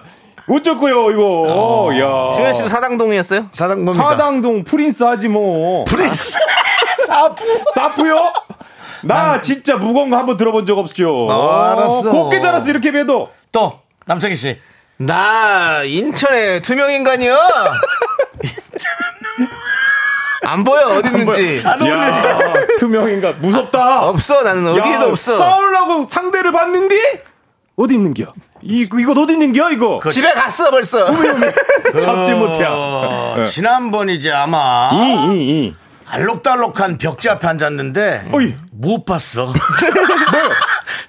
S8: 어쩌고요 이거.
S2: 충현
S8: 야.
S2: 씨는 사당동이었어요?
S1: 사당 뭡니까?
S8: 사당동 프린스 하지 뭐.
S1: 브리스 사부.
S8: 사프요? 나 진짜 무거운 거 한번 들어본 적 없어요.
S1: 아, 알았어.
S8: 곱게 자랐어 이렇게 봬도.
S1: 또 남성희 씨.
S2: 나 인천의 투명 인간이요. 안 보여 어디 있는지.
S8: 야, 투명인가 무섭다.
S2: 없어 나는 어디에도
S8: 야,
S2: 없어.
S8: 싸우려고 상대를 봤는데 어디 있는겨? 이 이거 어디 있는겨 이거?
S2: 집에 갔어 벌써.
S8: 잡지 못해야.
S1: 어, 지난번 이제 아마
S8: 이이 이.
S1: 알록달록한 벽지 앞에 앉았는데
S8: 어이.
S1: 못 봤어.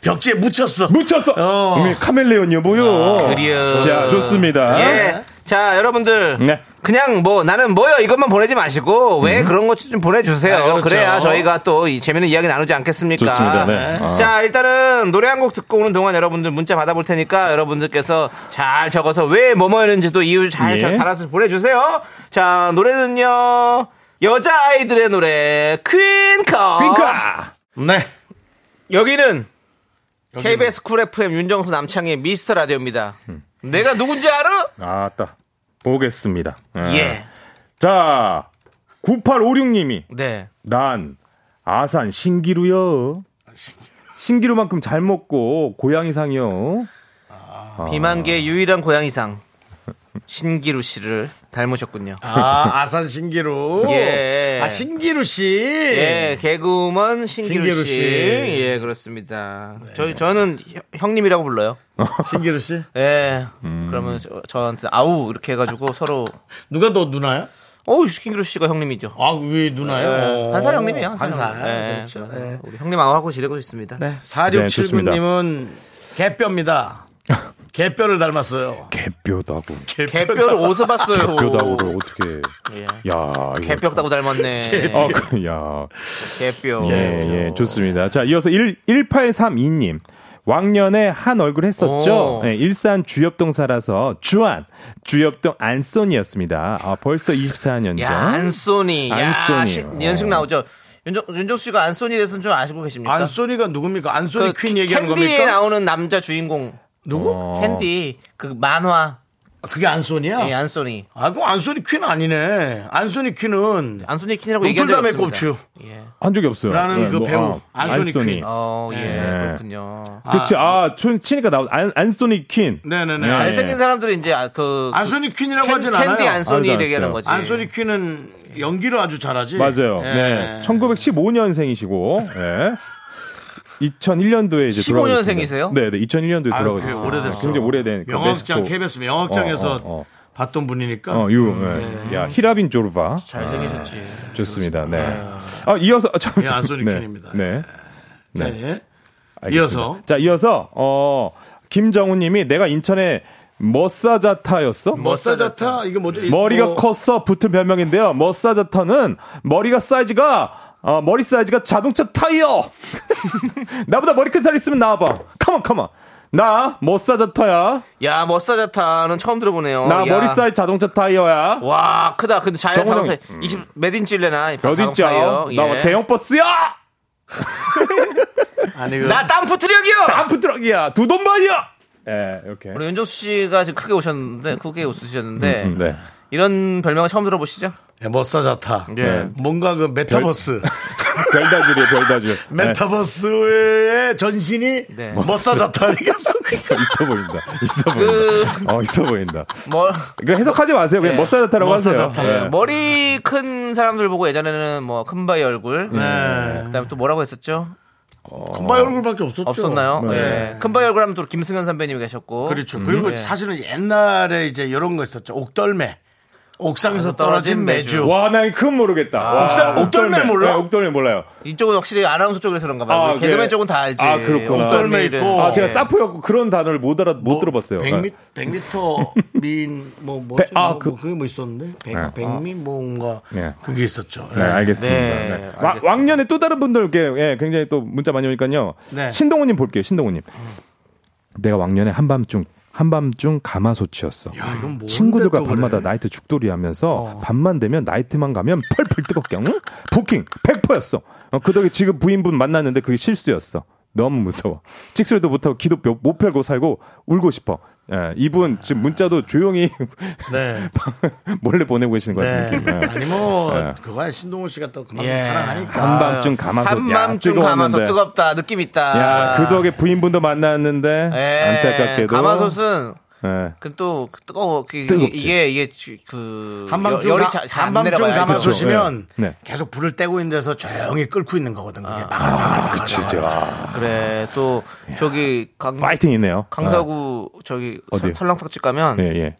S1: 벽지에 묻혔어.
S8: 묻혔어.
S1: 어.
S8: 어머, 카멜레온이요 뭐요?
S2: 아, 그래요.
S8: 자 좋습니다.
S2: 예. 자, 여러분들.
S8: 네.
S2: 그냥 뭐 나는 뭐요 이것만 보내지 마시고 왜 그런 것 좀 보내주세요.
S1: 아, 그렇죠.
S2: 그래야 저희가 또 이 재미있는 이야기 나누지 않겠습니까?
S8: 좋습니다. 네. 아.
S2: 자, 일단은 노래 한 곡 듣고 오는 동안 여러분들 문자 받아볼 테니까 여러분들께서 잘 적어서 왜 뭐뭐였는지도 이유 잘
S8: 예.
S2: 적- 달아서 보내주세요. 자, 노래는요. 여자 아이들의 노래 퀸카. 아.
S8: 윙카.
S1: 네.
S2: 여기는 KBS 쿨 FM 윤정수 남창의 미스터 라디오입니다. 내가 누군지 알아?
S8: 아따 보겠습니다.
S2: 예.
S8: 자 9856님이
S2: 네.
S8: 난 아산 신기루요. 신기루만큼 잘 먹고 고양이상이요. 아.
S2: 비만계의 유일한 고양이상 신기루 씨를 닮으셨군요.
S1: 아, 아산 신기루.
S2: 예.
S1: 아, 신기루 씨.
S2: 예, 개그우먼 신기루,
S1: 신기루
S2: 씨.
S1: 씨. 네.
S2: 예, 그렇습니다. 저, 저는 형- 형님이라고 불러요.
S1: 신기루 씨. 음.
S2: 예. 그러면 저, 저한테 아우 이렇게 해가지고 서로
S1: 누가 너 누나야?
S2: 어우 신기루 씨가 형님이죠.
S1: 아, 왜 누나요?
S2: 예, 한살 형님이에요. 한살.
S1: 한살.
S2: 형님. 예,
S1: 그렇죠. 네.
S2: 우리 형님하고 지내고 있습니다.
S1: 네.
S8: 네, 좋습니다.
S1: 4679님은 개뼈입니다. 개뼈를 닮았어요.
S8: 개뼈다고.
S2: 개뼈를 어디서 봤어요?
S8: 개뼈다고를 어떻게.
S2: 예.
S8: 야, 이거.
S2: 개뼈 따고 닮았네.
S8: 어, 그, 야.
S2: 개뼈.
S8: 예, 예, 좋습니다. 자, 이어서 1, 1832님. 왕년에 한 얼굴 했었죠.
S2: 오.
S8: 예, 일산 주엽동 살아서 주안, 주엽동 안손이었습니다. 아, 벌써 24년 전.
S2: 야, 안소니. 야,
S8: 안소니.
S2: 시, 연습 나오죠. 윤정, 윤정 씨가 안소니에 대해서는 좀 아시고 계십니까?
S1: 안소니가 누굽니까? 안소니
S2: 그
S1: 퀸 얘기하는
S2: 캔디에
S1: 겁니까?
S2: 나오는 남자 주인공.
S1: 누구?
S8: 어.
S2: 캔디. 그 만화.
S1: 아, 그게 안소니야?
S2: 예, 안소니.
S1: 아, 그럼 안소니 퀸 아니네. 안소니 퀸은
S2: 안소니 퀸이라고
S1: 눈
S2: 얘기한
S1: 풀
S2: 적
S1: 담에
S2: 없습니다.
S1: 꼽추.
S2: 예.
S8: 한 적이 없어요.
S1: 라는
S8: 예,
S1: 그 배우, 안소니 퀸.
S2: 어, 예.
S8: 예.
S2: 그렇군요.
S8: 그치, 아, 촌, 치니까 나온 안, 안소니 퀸.
S1: 네네네.
S8: 예.
S2: 잘생긴 사람들은 이제 아, 그. 그
S1: 안소니 퀸이라고
S2: 캔,
S1: 하진
S2: 디
S1: 않아요.
S2: 안소니
S8: 알죠,
S2: 얘기하는
S8: 알죠.
S2: 거지.
S1: 예. 안소니 퀸은 연기를 아주 잘하지.
S8: 맞아요.
S1: 예.
S8: 네. 1915년생이시고, 예. 2001년도에 이제
S2: 15
S8: 돌아가셨습니다.
S2: 년생이세요?
S8: 네, 네. 2001년도에
S1: 아유,
S8: 돌아가셨어요.
S1: 그게 오래됐어.
S8: 굉장히 오래된. 그
S1: 명학장
S8: 베스트-
S1: KBS 명학장에서 음.
S8: 어, 어, 어.
S1: 봤던 분이니까.
S8: 어, 유, 예. 야, 히라빈
S1: 아,
S8: 조르바. 아,
S2: 잘생기셨지.
S8: 좋습니다. 네. 아, 이어서 아, 참.
S1: 예, 안소니
S8: 네.
S1: 퀸입니다.
S8: 네.
S1: 네.
S8: 알겠습니다.
S1: 이어서.
S8: 자, 이어서 어 김정훈 님이 내가 인천에 머사자타였어?
S1: 머사자타 이거 뭐죠?
S8: 머리가
S1: 뭐-
S8: 컸어 붙은 별명인데요. 머사자타는 머리가 사이즈가 어, 머리 사이즈가 자동차 타이어. 나보다 머리 큰 사람 있으면 나와봐. 컴온 컴온. 나 머사자타야.
S2: 야, 머사자타는 처음 들어보네요. 야.
S8: 나 머리 사이즈 자동차 타이어야.
S2: 와, 크다. 근데 자연
S8: 정우성.
S2: 자동차 20, 몇 인치래나? 예.
S8: 어디 있죠?
S1: 예.
S8: 나 대형 버스야.
S1: 아니 그
S2: 나 땀프트력이요!
S8: 깜프트럭이야. 아, 두 돈만이야. 예, 이렇게.
S2: 우리 윤정수 씨가 지금 크게 오셨는데, 크게 웃으셨는데,
S8: 음, 네.
S2: 이런 별명을 처음 들어보시죠?
S1: 예, 머사자타.
S8: 네.
S2: 예.
S1: 뭔가 그 메타버스.
S8: 별다줄이에요, 별다줄. 네.
S1: 메타버스의 전신이
S2: 네.
S1: 머사자타 아니겠습니까?
S8: 있어 보인다. 있어
S1: 그
S8: 보인다. 어, 있어 보인다.
S2: 뭐,
S8: 이거 해석하지 마세요. 그냥
S2: 네.
S8: 머사자타라고 하세요.
S1: 예. 머사자타.
S8: 네.
S2: 그 머리 큰 사람들 보고 예전에는 뭐, 큰 바위 얼굴.
S8: 네.
S2: 그 다음에 또 뭐라고 했었죠?
S8: 어.
S1: 금바이 얼굴밖에 없었죠.
S2: 없었나요?
S1: 네.
S2: 예. 큰 바위 얼굴 하면 또 김승현 선배님이 계셨고.
S1: 그렇죠. 그리고
S2: 예.
S1: 사실은 옛날에 이제 이런 거 있었죠. 옥덜매. 옥상에서
S2: 아,
S1: 떨어진
S2: 떨어진
S1: 매주.
S2: 매주.
S8: 와, 나 이큰 모르겠다. 와,
S1: 아. 옥상- 옥돌매 몰라?
S8: 네, 옥돌매 몰라요.
S2: 이쪽은 확실히 아나운서 쪽이라서 그런가 봐요.
S8: 아,
S2: 우리 개그맨
S8: 네.
S2: 쪽은 다 알지.
S8: 아, 그렇구나.
S2: 옥돌매
S1: 있고.
S2: 일은.
S8: 아,
S1: 어,
S8: 제가
S2: 예.
S8: 사프였고 그런 단어를 못 알아, 못 들어봤어요. 네.
S1: 100m, 100m 민, 뭐, 뭐,
S8: 백- 아,
S1: 뭐,
S8: 그-
S1: 뭐 그게 뭐 있었는데? 100,
S8: 네.
S1: 100미 뭐 뭔가
S8: 네.
S1: 그게 있었죠.
S8: 네, 알겠습니다.
S2: 네,
S8: 네.
S2: 알겠습니다.
S8: 와- 왕년에 또 다른 분들께 예, 굉장히 또 문자 많이 오니까요.
S1: 네. 음.
S8: 신동우님 볼게요, 신동우님. 내가 왕년에 한밤중 한밤중 가마솥이었어.
S1: 야, 이건 뭔데
S8: 친구들과
S1: 또 그래. 어.
S8: 밤마다 나이트 죽돌이 하면서 밤만 되면 나이트만 가면 펄펄 뜨겁게 응? 부킹 100%였어. 어, 그 덕에 지금 부인분 만났는데 그게 실수였어. 너무 무서워. 찍소리도 못하고 기도 뼈- 못 펴고 살고 울고 싶어. 예, 이분 지금 문자도 조용히
S1: 네.
S8: 몰래 보내고 계시는 것
S1: 네.
S8: 같은데. 예.
S1: 아니, 뭐,
S8: 네.
S1: 그거야. 신동훈 씨가 또 그만큼
S8: 아,
S2: 예.
S1: 사랑하니까.
S8: 한밤중 가마솥.
S2: 한밤중
S8: 아, 야,
S2: 가마솥
S8: 뜨거웠는데.
S2: 뜨겁다. 느낌 있다. 예.
S8: 야, 그 덕에 부인분도 만났는데 안타깝게도
S2: 가마솥은
S8: 예.
S2: 그또 뜨거워. 그,
S8: 뜨겁지.
S2: 이게 이게 주- 그
S1: 한밤중,
S2: 열이
S1: 가-
S2: 잘- 잘안
S1: 한밤중
S2: 내려가요.
S1: 가마솥이면
S8: 네. 네.
S1: 계속 불을 떼고 있는 데서 조용히 끓고 있는 거거든. 그게 막
S8: 그치죠.
S2: 그래 또 저기 강,
S8: 아, 파이팅이네요.
S2: 강서구 저기 설-
S8: 어디요?
S2: 설렁탕집 가면
S1: 네.
S8: 예, 예.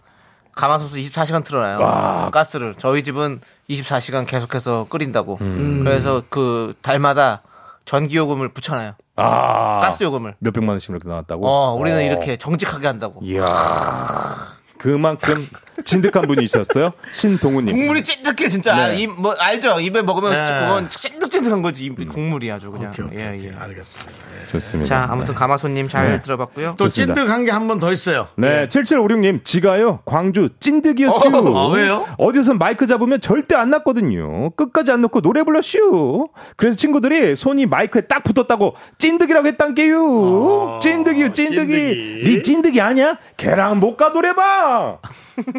S2: 가마솥을 24시간 틀어놔요. 가스를 저희 집은 24시간 계속해서 끓인다고.
S1: 음.
S2: 그래서 그 달마다 전기 요금을 붙여놔요.
S8: 아.
S2: 가스 요금을.
S8: 몇 백만 원씩 이렇게 나왔다고.
S2: 어, 우리는
S8: 어.
S2: 이렇게 정직하게 한다고.
S1: 예.
S8: 이야. 그만큼 진득한 분이 있었어요. 신동우님.
S2: 국물이 찐득해 진짜. 아,
S8: 네.
S2: 이, 뭐, 알죠? 입에 먹으면
S1: 네. 음.
S2: 그건 찐득찐득한 거지. 이 국물이 아주 그냥.
S1: 오케이, 오케이,
S2: 예,
S1: 오케이.
S2: 예.
S1: 알겠습니다.
S8: 좋습니다.
S2: 자, 아무튼 가마솥님 잘
S8: 네.
S2: 들어봤고요.
S1: 또
S8: 좋습니다.
S1: 찐득한 게 한 번 더 있어요.
S8: 네, 7756님, 지가요, 광주, 찐득이었슈.
S1: 예. 어, 왜요?
S8: 어디서 마이크 잡으면 절대 안 났거든요. 끝까지 안 놓고 노래 불렀슈. 그래서 친구들이 손이 마이크에 딱 붙었다고 찐득이라고 했단게요. 찐득이요, 찐득이.
S1: 아, 찐득이.
S8: 니 찐득이 아니야? 걔랑 못 가, 노래방!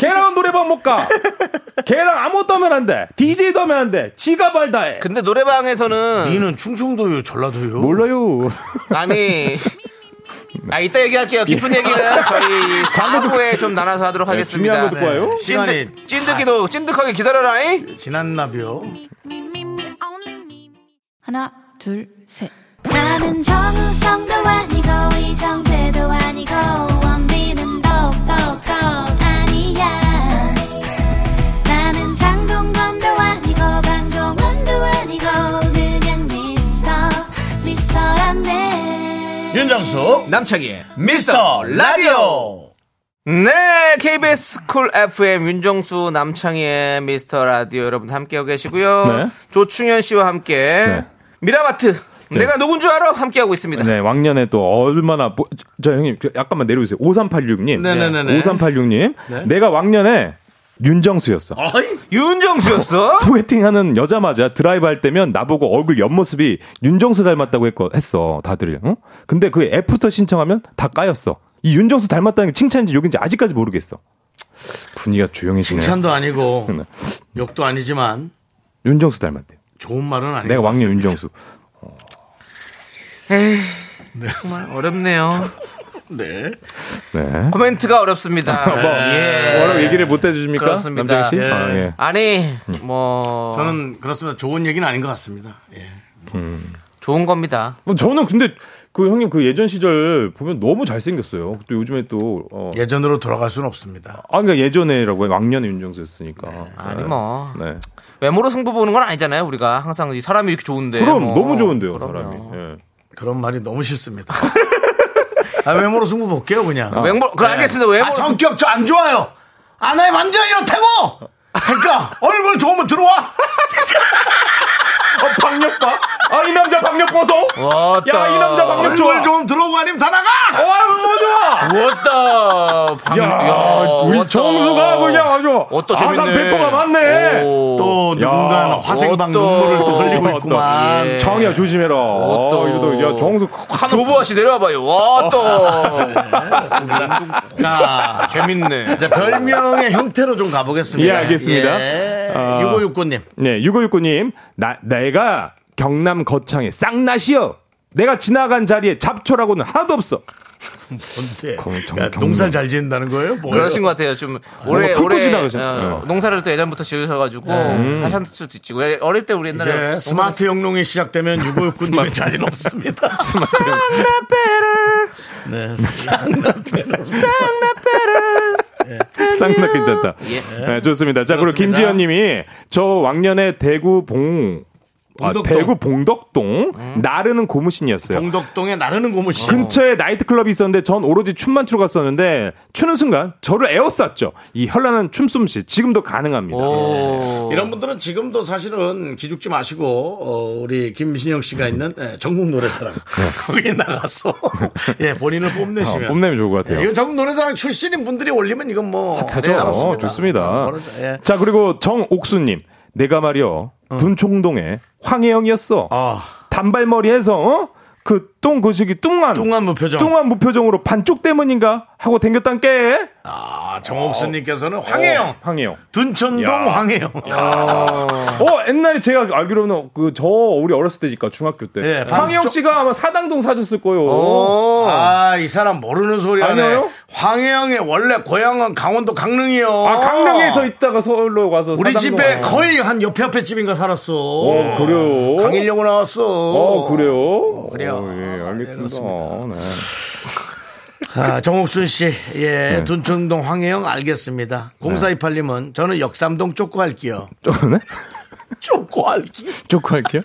S8: 걔랑 노래방 못 가! 걔랑 아무것도 하면 안 돼! DJ도 하면 안 돼! 지가 발다해!
S1: 그-
S2: 근데 노래방에서는
S1: 니는 충청도요, 전라도요.
S8: 몰라요.
S2: 아니 아, 이따 얘기할게요. 깊은 얘기는 저희 사부에 좀 나눠서 하도록 하겠습니다. 네.
S8: 중요한 거 듣고
S1: 네.
S8: 와요.
S1: 시간이
S2: 찐득, 찐득이도 찐득하게 기다려라잉.
S1: 지났나비요.
S5: 하나, 둘, 셋. 나는 정우성도 아니고, 이정재도 아니고, 원빈은 더욱더 아니야. 나는 장동건도 아니고, 방종원도 아니고, 그냥 미스터, 미스터란데.
S2: 어?
S1: 윤정수
S2: 남창희의
S1: 미스터 라디오.
S2: 네, KBS 쿨 FM 윤정수 남창희의 미스터 라디오 여러분 함께하고 계시고요.
S8: 네.
S2: 조충현 씨와 함께 미라마트 내가 누군 줄 알아 함께하고 있습니다.
S8: 네, 왕년에 또 얼마나 보- 저 형님 그 약간만 내려오세요. 5386님.
S1: 네네네네.
S8: 5386님. 내가 왕년에 윤정수였어.
S1: 어이.
S2: 윤정수였어?
S8: 소개팅하는 여자마자 드라이브 할 때면 나보고 얼굴 옆모습이 윤정수 닮았다고 했거, 했어 다들 응? 근데 그 애프터 신청하면 다 까였어 이 윤정수 닮았다는 게 칭찬인지 욕인지 아직까지 모르겠어 분위기가 조용해지네
S1: 칭찬도 아니고
S8: 네.
S1: 욕도 아니지만
S8: 윤정수 닮았대
S1: 좋은 말은 아니고.
S8: 내가 왕년 윤정수
S2: 정말 어렵네요.
S1: 네.
S8: 네
S2: 코멘트가 어렵습니다. 예.
S8: 뭐라고 얘기를 못 해주십니까
S2: 그렇습니다. 네.
S8: 남자씨
S1: 예.
S8: 아, 예.
S2: 아니 뭐
S1: 저는 그렇습니다. 좋은 얘기는 아닌 것 같습니다. 예.
S2: 좋은 겁니다.
S8: 뭐 저는 근데 그 형님 그 예전 시절 보면 너무 잘생겼어요 또 요즘에 또 어,
S1: 예전으로 돌아갈 수는 없습니다.
S8: 아 그러니까 예전에라고 해요. 왕년에 윤정수였으니까
S2: 아니, 뭐.
S8: 네.
S2: 외모로 승부 보는 건 아니잖아요. 우리가 항상 이 사람이 이렇게 좋은데.
S8: 그럼
S2: 뭐.
S8: 너무 좋은데요
S2: 그럼요.
S8: 사람이 예.
S1: 그런 말이 너무 싫습니다. 아, 외모로 승부 볼게요, 그냥.
S2: 외모
S8: 네.
S2: 그럼 알겠습니다. 외모
S1: 아,
S2: 로
S1: 성격 저 안 좋아요. 아나의 완전 이렇다고! 그러니까, 얼굴 좋으면 들어와!
S8: 어, 박력 봐. 아, 이 남자 박력 벗어.
S2: 왔다.
S8: 야, 이 남자 박력 좋아.
S1: 얼굴 좋으면 들어오고 아니면 다 나가!
S8: 와, 뭐 좋아.
S2: 왔다. 방...
S8: 야, 우리
S2: 왔다.
S8: 정수가 그냥 아주
S2: 왔다,
S8: 아산
S2: 재밌네.
S8: 백호가 맞네.
S2: 오.
S1: 또 어, 누군가 화생방
S2: 어떠-
S1: 눈물을 또 흘리고
S8: 어떠-
S1: 있구만.
S2: 예.
S8: 정이야, 조심해라.
S2: 어떠-
S8: 어, 이러다, 야, 정수 화났어.
S2: 조부아 씨 내려와봐요.
S8: 어.
S2: 왔다.
S1: 자,
S2: 재밌네.
S1: 이제 별명의 형태로 좀 가보겠습니다.
S8: 예, 알겠습니다.
S1: 예.
S8: 아.
S1: 6569님.
S8: 네, 6569님. 나, 내가 경남 거창에 쌍낫이요. 내가 지나간 자리에 잡초라고는 하나도 없어.
S1: 뭔데?
S8: 경- 경-
S1: 예. 야,
S8: 경남.
S1: 농사를 잘 짓는다는 거예요? 뭐예요?
S2: 그러신 것 같아요. 좀 올해
S8: 훑고
S2: 올해
S8: 지나가셨-
S2: 어,
S8: 네. 음.
S2: 농사를 또 예전부터 지으셔가지고 하셨을 수도 있지. 우리 어릴 때 우리 옛날에
S1: 이제
S2: 농사-
S1: 스마트 영농이 시작되면 6569님의 자리는 없습니다. 네.
S8: 쌍나 괜찮다. 네, 좋습니다. 자, 그리고
S1: 예. 그렇습니다.
S8: 김지현 님이 저 왕년에 대구 봉, 아,
S1: 봉덕동.
S8: 대구 봉덕동
S1: 음.
S8: 나르는 고무신이었어요.
S1: 동덕동에 나르는 고무신.
S8: 근처에 나이트클럽이 있었는데 전 오로지 춤만 추러 갔었는데 추는 순간 저를 에워쌌죠. 이 현란한 춤솜씨 지금도 가능합니다. 어,
S2: 오.
S1: 이런 분들은 지금도 사실은 기죽지 마시고 어, 우리 김신영 씨가 있는 예, 전국 노래자랑 거기에 나가서 예 본인을 뽐내시면
S8: 어, 뽐내면 좋을 것 같아요.
S1: 예, 이거 전국 노래자랑 출신인 분들이 올리면 이건 뭐
S8: 그죠? 어, 좋습니다.
S1: 예.
S8: 자 그리고 정옥수님 내가 말이요 분총동에 황혜영이었어.
S1: 아
S8: 단발머리해서 어? 그 똥 그식이 뚱한
S1: 뚱한 무표정.
S8: 뚱한 무표정으로 반쪽 때문인가 하고 댕겼단 게
S1: 아, 정옥수님께서는 황혜영
S8: 어, 황혜영.
S1: 둔천동
S8: 야.
S1: 황혜영
S8: 어 옛날에 제가 알기로는 그 저 우리 어렸을 때니까 중학교 때
S1: 예,
S8: 황혜영
S1: 반쪽- 어.
S8: 씨가 아마 사당동 사줬을 거예요.
S1: 아이 사람 모르는 소리 하네
S8: 아니에요?
S1: 황혜영의 원래 고향은 강원도 강릉이요
S8: 아 강릉에서 있다가 서울로 가서
S1: 우리
S8: 사당동
S1: 집에
S8: 가요.
S1: 거의 한 옆에 옆에 집인가 살았어
S8: 어 그래요.
S1: 강일영으로 나왔어
S8: 어 그래요.
S1: 그래요.
S8: 어, 예 알겠습니다. 네.
S1: 아, 정옥순 씨, 예,
S8: 네.
S1: 둔촌동 황혜영 알겠습니다. 0428님은 저는 역삼동 쪼꼬 할게요.
S8: 좀- 네?
S1: 쪼꼬 할게요.
S8: 조금 할게요.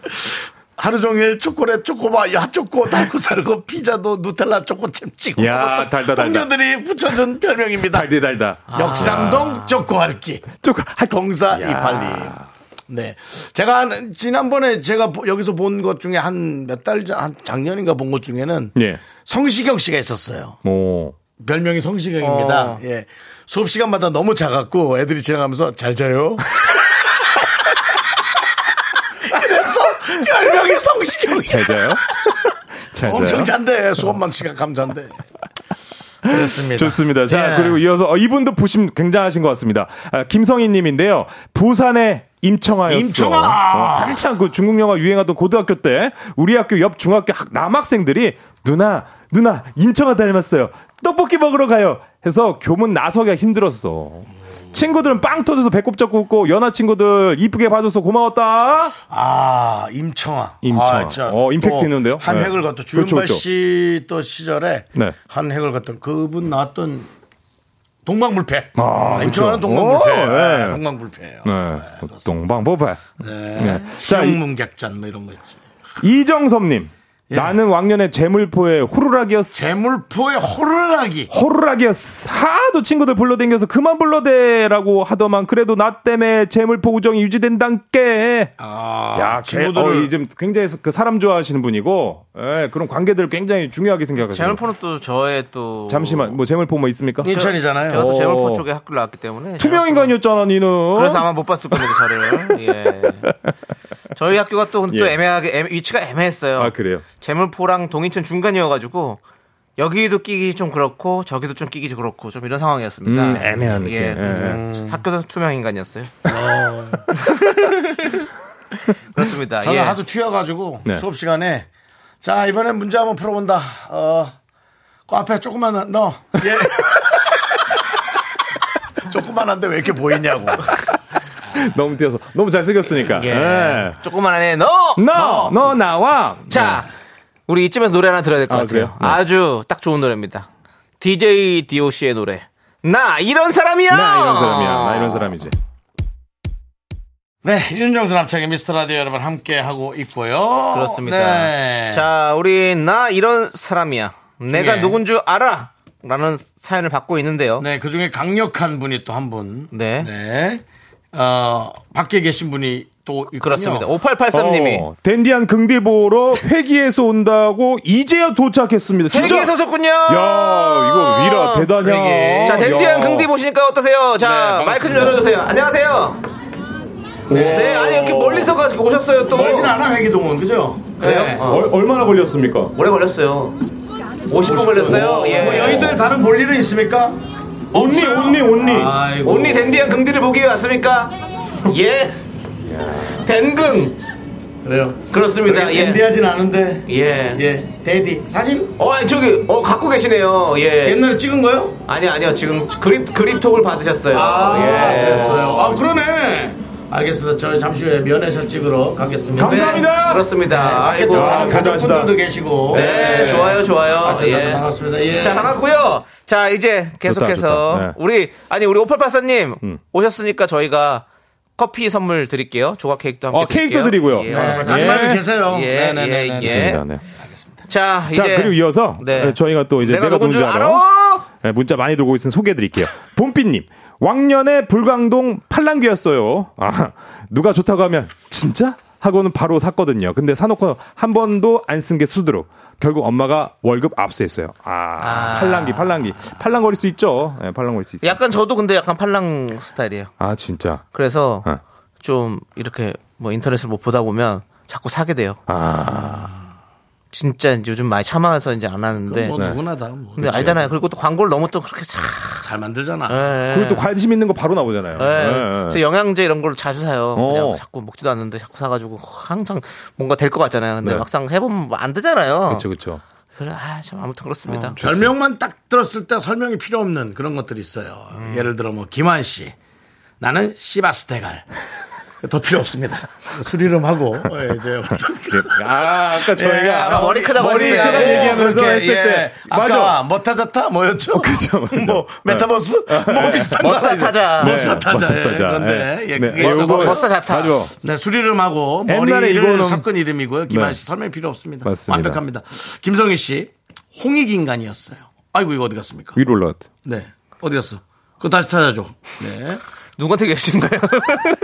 S1: 하루 종일 초콜릿 초코바 야 초코 달고 살고 피자도 누텔라 초코 챔 찍고
S8: 야,
S1: 먹어서
S8: 달다, 달다.
S1: 동료들이 붙여준 별명입니다.
S8: 달디 아. 달다.
S1: 역삼동 쪼꼬 할기
S8: 조금 할 거.
S1: 04 282. 네. 제가 한- 지난번에 제가 보- 여기서 본 것 중에 한 몇 달 전, 한 작년인가 본 것 중에는
S8: 예.
S1: 성시경 씨가 있었어요.
S8: 뭐.
S1: 별명이 성시경입니다.
S8: 어.
S1: 예. 수업 시간마다 너무 작았고 애들이 지나가면서 잘 자요. 그래서 별명이 성시경이야.
S8: 잘 자요. 잘 자요.
S1: 엄청 잔대. 수업만 시간 잔대. 그렇습니다.
S8: 좋습니다. 자
S1: 예.
S8: 그리고 이어서 어, 이분도 부심 굉장하신 것 같습니다. 아, 김성희님인데요. 부산에 임청아였어.
S1: 임청아!
S8: 어, 한창 그 중국 영화 유행하던 고등학교 때 우리 학교 옆 중학교 학- 남학생들이 누나 누나 임청아 닮았어요. 떡볶이 먹으러 가요. 해서 교문 나서기가 힘들었어. 친구들은 빵 터져서 배꼽 잡고 웃고 연하 친구들 이쁘게 봐줘서 고마웠다.
S1: 아, 임청아.
S8: 임청아.
S1: 아, 진짜.
S8: 어, 임팩트
S1: 또
S8: 있는데요?
S1: 한
S8: 네.
S1: 획을 갔던
S8: 그렇죠,
S1: 주윤발
S8: 그렇죠.
S1: 씨 또 시절에
S8: 네.
S1: 한 획을 갔던 그분 나왔던 동방불패.
S8: 아,
S1: 임청아는
S8: 그렇죠.
S1: 동방불패. 아,
S8: 오, 네.
S1: 동방불패예요. 아,
S8: 네. 동방보발.
S1: 네.
S8: 자,
S1: 자,
S8: 이-
S1: 문객잔 뭐 이런 거 있지.
S8: 이정섭님. 나는 왕년에 재물포에 호루라기였어.
S1: 재물포의 호루라기.
S8: 호루라기였어. 하도 친구들 불러댕겨서 그만 불러대라고 하더만 그래도 나 때문에 재물포 우정이 유지된단께.
S1: 아,
S8: 야, 친구들
S1: 친구들을-
S8: 어, 이좀 굉장히 그 사람 좋아하시는 분이고, 예, 그런 관계들을 굉장히 중요하게 생각하세요.
S2: 재물포는 예, 또 저의 또
S8: 잠시만, 뭐 재물포 뭐 있습니까?
S1: 인천이잖아요.
S2: 제가 또
S8: 오.
S2: 재물포 쪽에 학교를 나왔기 때문에
S8: 투명 인간이었잖아, 니는.
S2: 그래서 아마 못 봤을 겁니다 저를. 예. 저희 학교가 또, 근데 또
S8: 예.
S2: 애매하게 애매- 위치가 애매했어요.
S8: 아, 그래요.
S2: 재물포랑 동인천 중간이어가지고 여기도 끼기 좀 그렇고 저기도 좀 끼기 좀 그렇고 좀 이런 상황이었습니다.
S8: 음, 애매한
S2: 예.
S8: 느낌.
S2: 음, 학교도 투명 인간이었어요. 그렇습니다.
S1: 저는
S2: 예.
S1: 하도 튀어가지고
S8: 네.
S1: 수업 시간에 자 이번엔 문제 한번 풀어본다. 어, 그 앞에 조금만 넣어. 예. 조금만 한데 왜 이렇게 보이냐고.
S8: 너무 뛰어서. 너무 잘생겼으니까.
S2: 예.
S8: 예.
S2: 조금만 안에 넣어.
S8: 너, 너 나와.
S2: 자, 우리 이쯤에서 노래 하나 들어야 될 것
S8: 아,
S2: 같아요.
S8: 그래요? 네.
S2: 아주 딱 좋은 노래입니다. DJ DOC의 노래. 나 이런 사람이야.
S8: 나 이런 사람이야. 나 이런 사람이지.
S1: 네, 윤정수 남창의 미스터 라디오 여러분 함께 하고 있고요.
S2: 그렇습니다.
S1: 네.
S2: 자, 우리 나 이런 사람이야. 내가
S1: 중에.
S2: 누군 줄 알아. 라는 사연을 받고 있는데요.
S1: 네, 그 중에 강력한 분이 또 한 분.
S2: 네.
S1: 네. 어, 밖에 계신 분이 또 있군요.
S2: 그렇습니다. 5883님이
S8: 어, 댄디한 긍디 보러 회기에서 온다고 이제야 도착했습니다. 진짜.
S2: 회기에 서셨군요.
S8: 야, 이거 위라 대단해.
S2: 자, 댄디한 긍디 보시니까 어떠세요? 자,
S1: 네,
S2: 마이크 좀
S1: 반갑습니다.
S2: 열어주세요. 안녕하세요. 네, 아니 이렇게 멀리서 가지고 오셨어요 또.
S1: 멀진 않아, 회기동은. 그죠?
S2: 그래요?
S1: 네.
S2: 어.
S8: 얼, 얼마나 걸렸습니까?
S2: 오래 걸렸어요. 50분 걸렸어요. 예.
S1: 뭐 여의도에 다른 볼 일은 있습니까?
S8: 온리,
S1: 없어요?
S8: 온리, 온리.
S1: 아이고.
S2: 온리 댄디한 긍디를 보기 위해 왔습니까? 예. 댄긍.
S1: 그래요.
S2: 그렇습니다.
S1: 그렇게
S2: 예.
S1: 댄디하진 않은데.
S2: 예.
S1: 예. 데디. 사진?
S2: 어, 아니, 저기, 어, 갖고 계시네요. 예.
S1: 옛날에 찍은 거요?
S2: 아니, 아니요. 지금 그립, 그립톡을 받으셨어요.
S1: 아,
S2: 예.
S1: 그랬어요. 아, 그러네. 알겠습니다. 저 잠시 후에 면회샷 찍으러 가겠습니다.
S2: 네,
S8: 감사합니다.
S2: 그렇습니다.
S1: 밖에
S2: 아이고.
S1: 또 다른
S8: 감사합니다.
S1: 가족분들도 계시고.
S2: 네, 좋아요, 좋아요.
S1: 하여튼 나도 반갑습니다. 예.
S2: 자, 반갑고요. 자, 이제 계속해서
S8: 좋다, 좋다. 네.
S2: 우리 아니 우리 오팔팔사님
S8: 음.
S2: 오셨으니까 저희가 커피 선물 드릴게요. 조각 케이크도 함께
S8: 어, 케이크도 드리고요. 네.
S1: 네, 가지 말고 계세요.
S2: 예,
S1: 네, 네, 네,
S2: 예,
S1: 네.
S2: 예.
S8: 좋습니다, 네.
S2: 자, 이제
S8: 자, 그리고 이어서
S2: 네.
S8: 저희가 또 이제
S2: 내가,
S8: 내가,
S2: 누군 줄 알아?
S8: 네, 문자 많이 들고 있으면 소개해드릴게요. 봄빛님, 왕년에 불광동 팔랑귀였어요. 아, 누가 좋다고 하면 진짜? 하고는 바로 샀거든요. 근데 사놓고 한 번도 안 쓴 게 수두룩. 결국 엄마가 월급 압수했어요. 아,
S2: 아.
S8: 팔랑귀, 팔랑귀. 팔랑거릴 수 있죠. 네, 팔랑거릴 수 있어요.
S2: 약간 저도 근데 약간 팔랑 스타일이에요.
S8: 아, 진짜.
S2: 그래서
S8: 어.
S2: 좀 이렇게 뭐 인터넷을 못 보다 보면 자꾸 사게 돼요.
S8: 아.
S2: 진짜 이제 요즘 많이 참아서 이제 안 하는데.
S1: 뭐 누구나 다 뭐.
S2: 근데 알잖아요. 그리고 또 광고를 너무 또 그렇게 참.
S1: 잘 만들잖아.
S8: 그리고 또 관심 있는 거 바로 나오잖아요. 네,
S2: 예.
S8: 네.
S2: 저 영양제 이런 걸 자주 사요.
S8: 어.
S2: 그냥 자꾸 먹지도 않는데 자꾸 사가지고 항상 뭔가 될 것 같잖아요. 근데
S8: 네.
S2: 막상 해보면 뭐안 되잖아요.
S8: 그렇죠, 그렇죠.
S2: 래 아, 참 아무튼 그렇습니다.
S8: 어,
S1: 별명만 딱 들었을 때 설명이 필요 없는 그런 것들이 있어요. 예를 들어 뭐 김한 씨, 나는 시바스테갈. 더 필요 없습니다. 수리름하고 예, 이제 어떤
S8: 아, 아까
S1: 예,
S8: 저희가
S2: 아까 머리 크다고
S1: 머리
S2: 했을 때.
S1: 크다고
S2: 예,
S8: 얘기하면서
S1: 그렇게,
S8: 했을 때.
S1: 아까
S8: 맞아.
S1: 머타자타 뭐였죠?
S8: 그죠, 맞아.
S1: 뭐 메타버스 뭐 비슷한 거
S2: 머싸
S1: 아니죠?
S2: 타자. 뭐,
S8: 네,
S1: 머싸 타자.
S8: 머싸 타자.
S1: 그런데 예,
S8: 네.
S1: 그게
S8: 네,
S1: 있어서
S8: 요거-
S2: 버스 자타.
S8: 맞아.
S1: 네, 수리름하고
S8: 옛날에
S1: 머리를
S8: 이거는-
S1: 섞은 이름이고요. 김한
S8: 네.
S1: 씨 설명 필요 없습니다.
S8: 맞습니다.
S1: 완벽합니다. 김성희 씨 홍익인간이었어요. 아이고 이거 어디 갔습니까?
S8: 위로 올라왔다.
S1: 네. 어디 갔어? 그거 다시 찾아줘. 네.
S2: 누구한테 계신가요?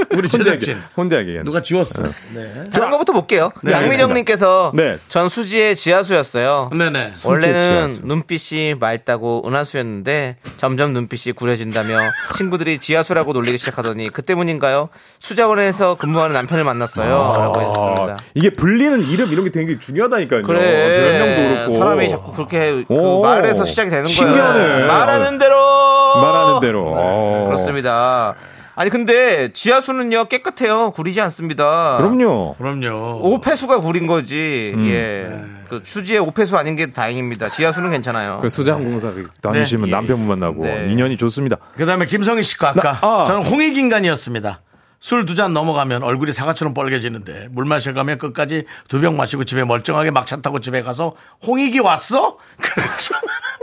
S1: 우리
S8: 혼자 얘기,
S1: 제작진
S8: 혼자 얘기해.
S1: 누가 지웠어. 네.
S2: 다른 거부터 볼게요.
S1: 네,
S2: 장미정님께서
S8: 네.
S2: 전 수지의 지하수였어요.
S1: 네네.
S2: 원래는
S8: 지하수.
S2: 눈빛이 맑다고 은하수였는데 점점 눈빛이 구려진다며 친구들이 지하수라고 놀리기 시작하더니 그 때문인가요? 수자원에서 근무하는 남편을 만났어요. 라고
S8: 아,
S2: 해줬습니다.
S8: 이게 불리는 이름 이런 게 되게 중요하다니까요. 별명도
S2: 그래.
S8: 그렇고.
S2: 사람이 자꾸 그렇게 그
S8: 오.
S2: 말에서 시작이 되는 거예요.
S8: 신기하네.
S2: 말하는 대로.
S8: 말하는 대로. 어.
S2: 그렇습니다. 아니 근데 지하수는요 깨끗해요 구리지 않습니다.
S8: 그럼요.
S1: 그럼요.
S2: 오폐수가 구린 거지.
S1: 음.
S2: 예.
S1: 네.
S2: 그 휴지에 오폐수 아닌 게 다행입니다. 지하수는 괜찮아요.
S8: 그 소장공사 다니시면
S2: 네.
S8: 남편분 만나고
S2: 네.
S8: 인연이 좋습니다.
S1: 그다음에 김성희 씨과 아까
S8: 나- 아.
S1: 저는 홍익인간이었습니다. 술 두 잔 넘어가면 얼굴이 사과처럼 빨개지는데 물 마실 가면 끝까지 두 병 마시고 집에 멀쩡하게 막차 타고 집에 가서 홍익이 왔어? 그렇죠.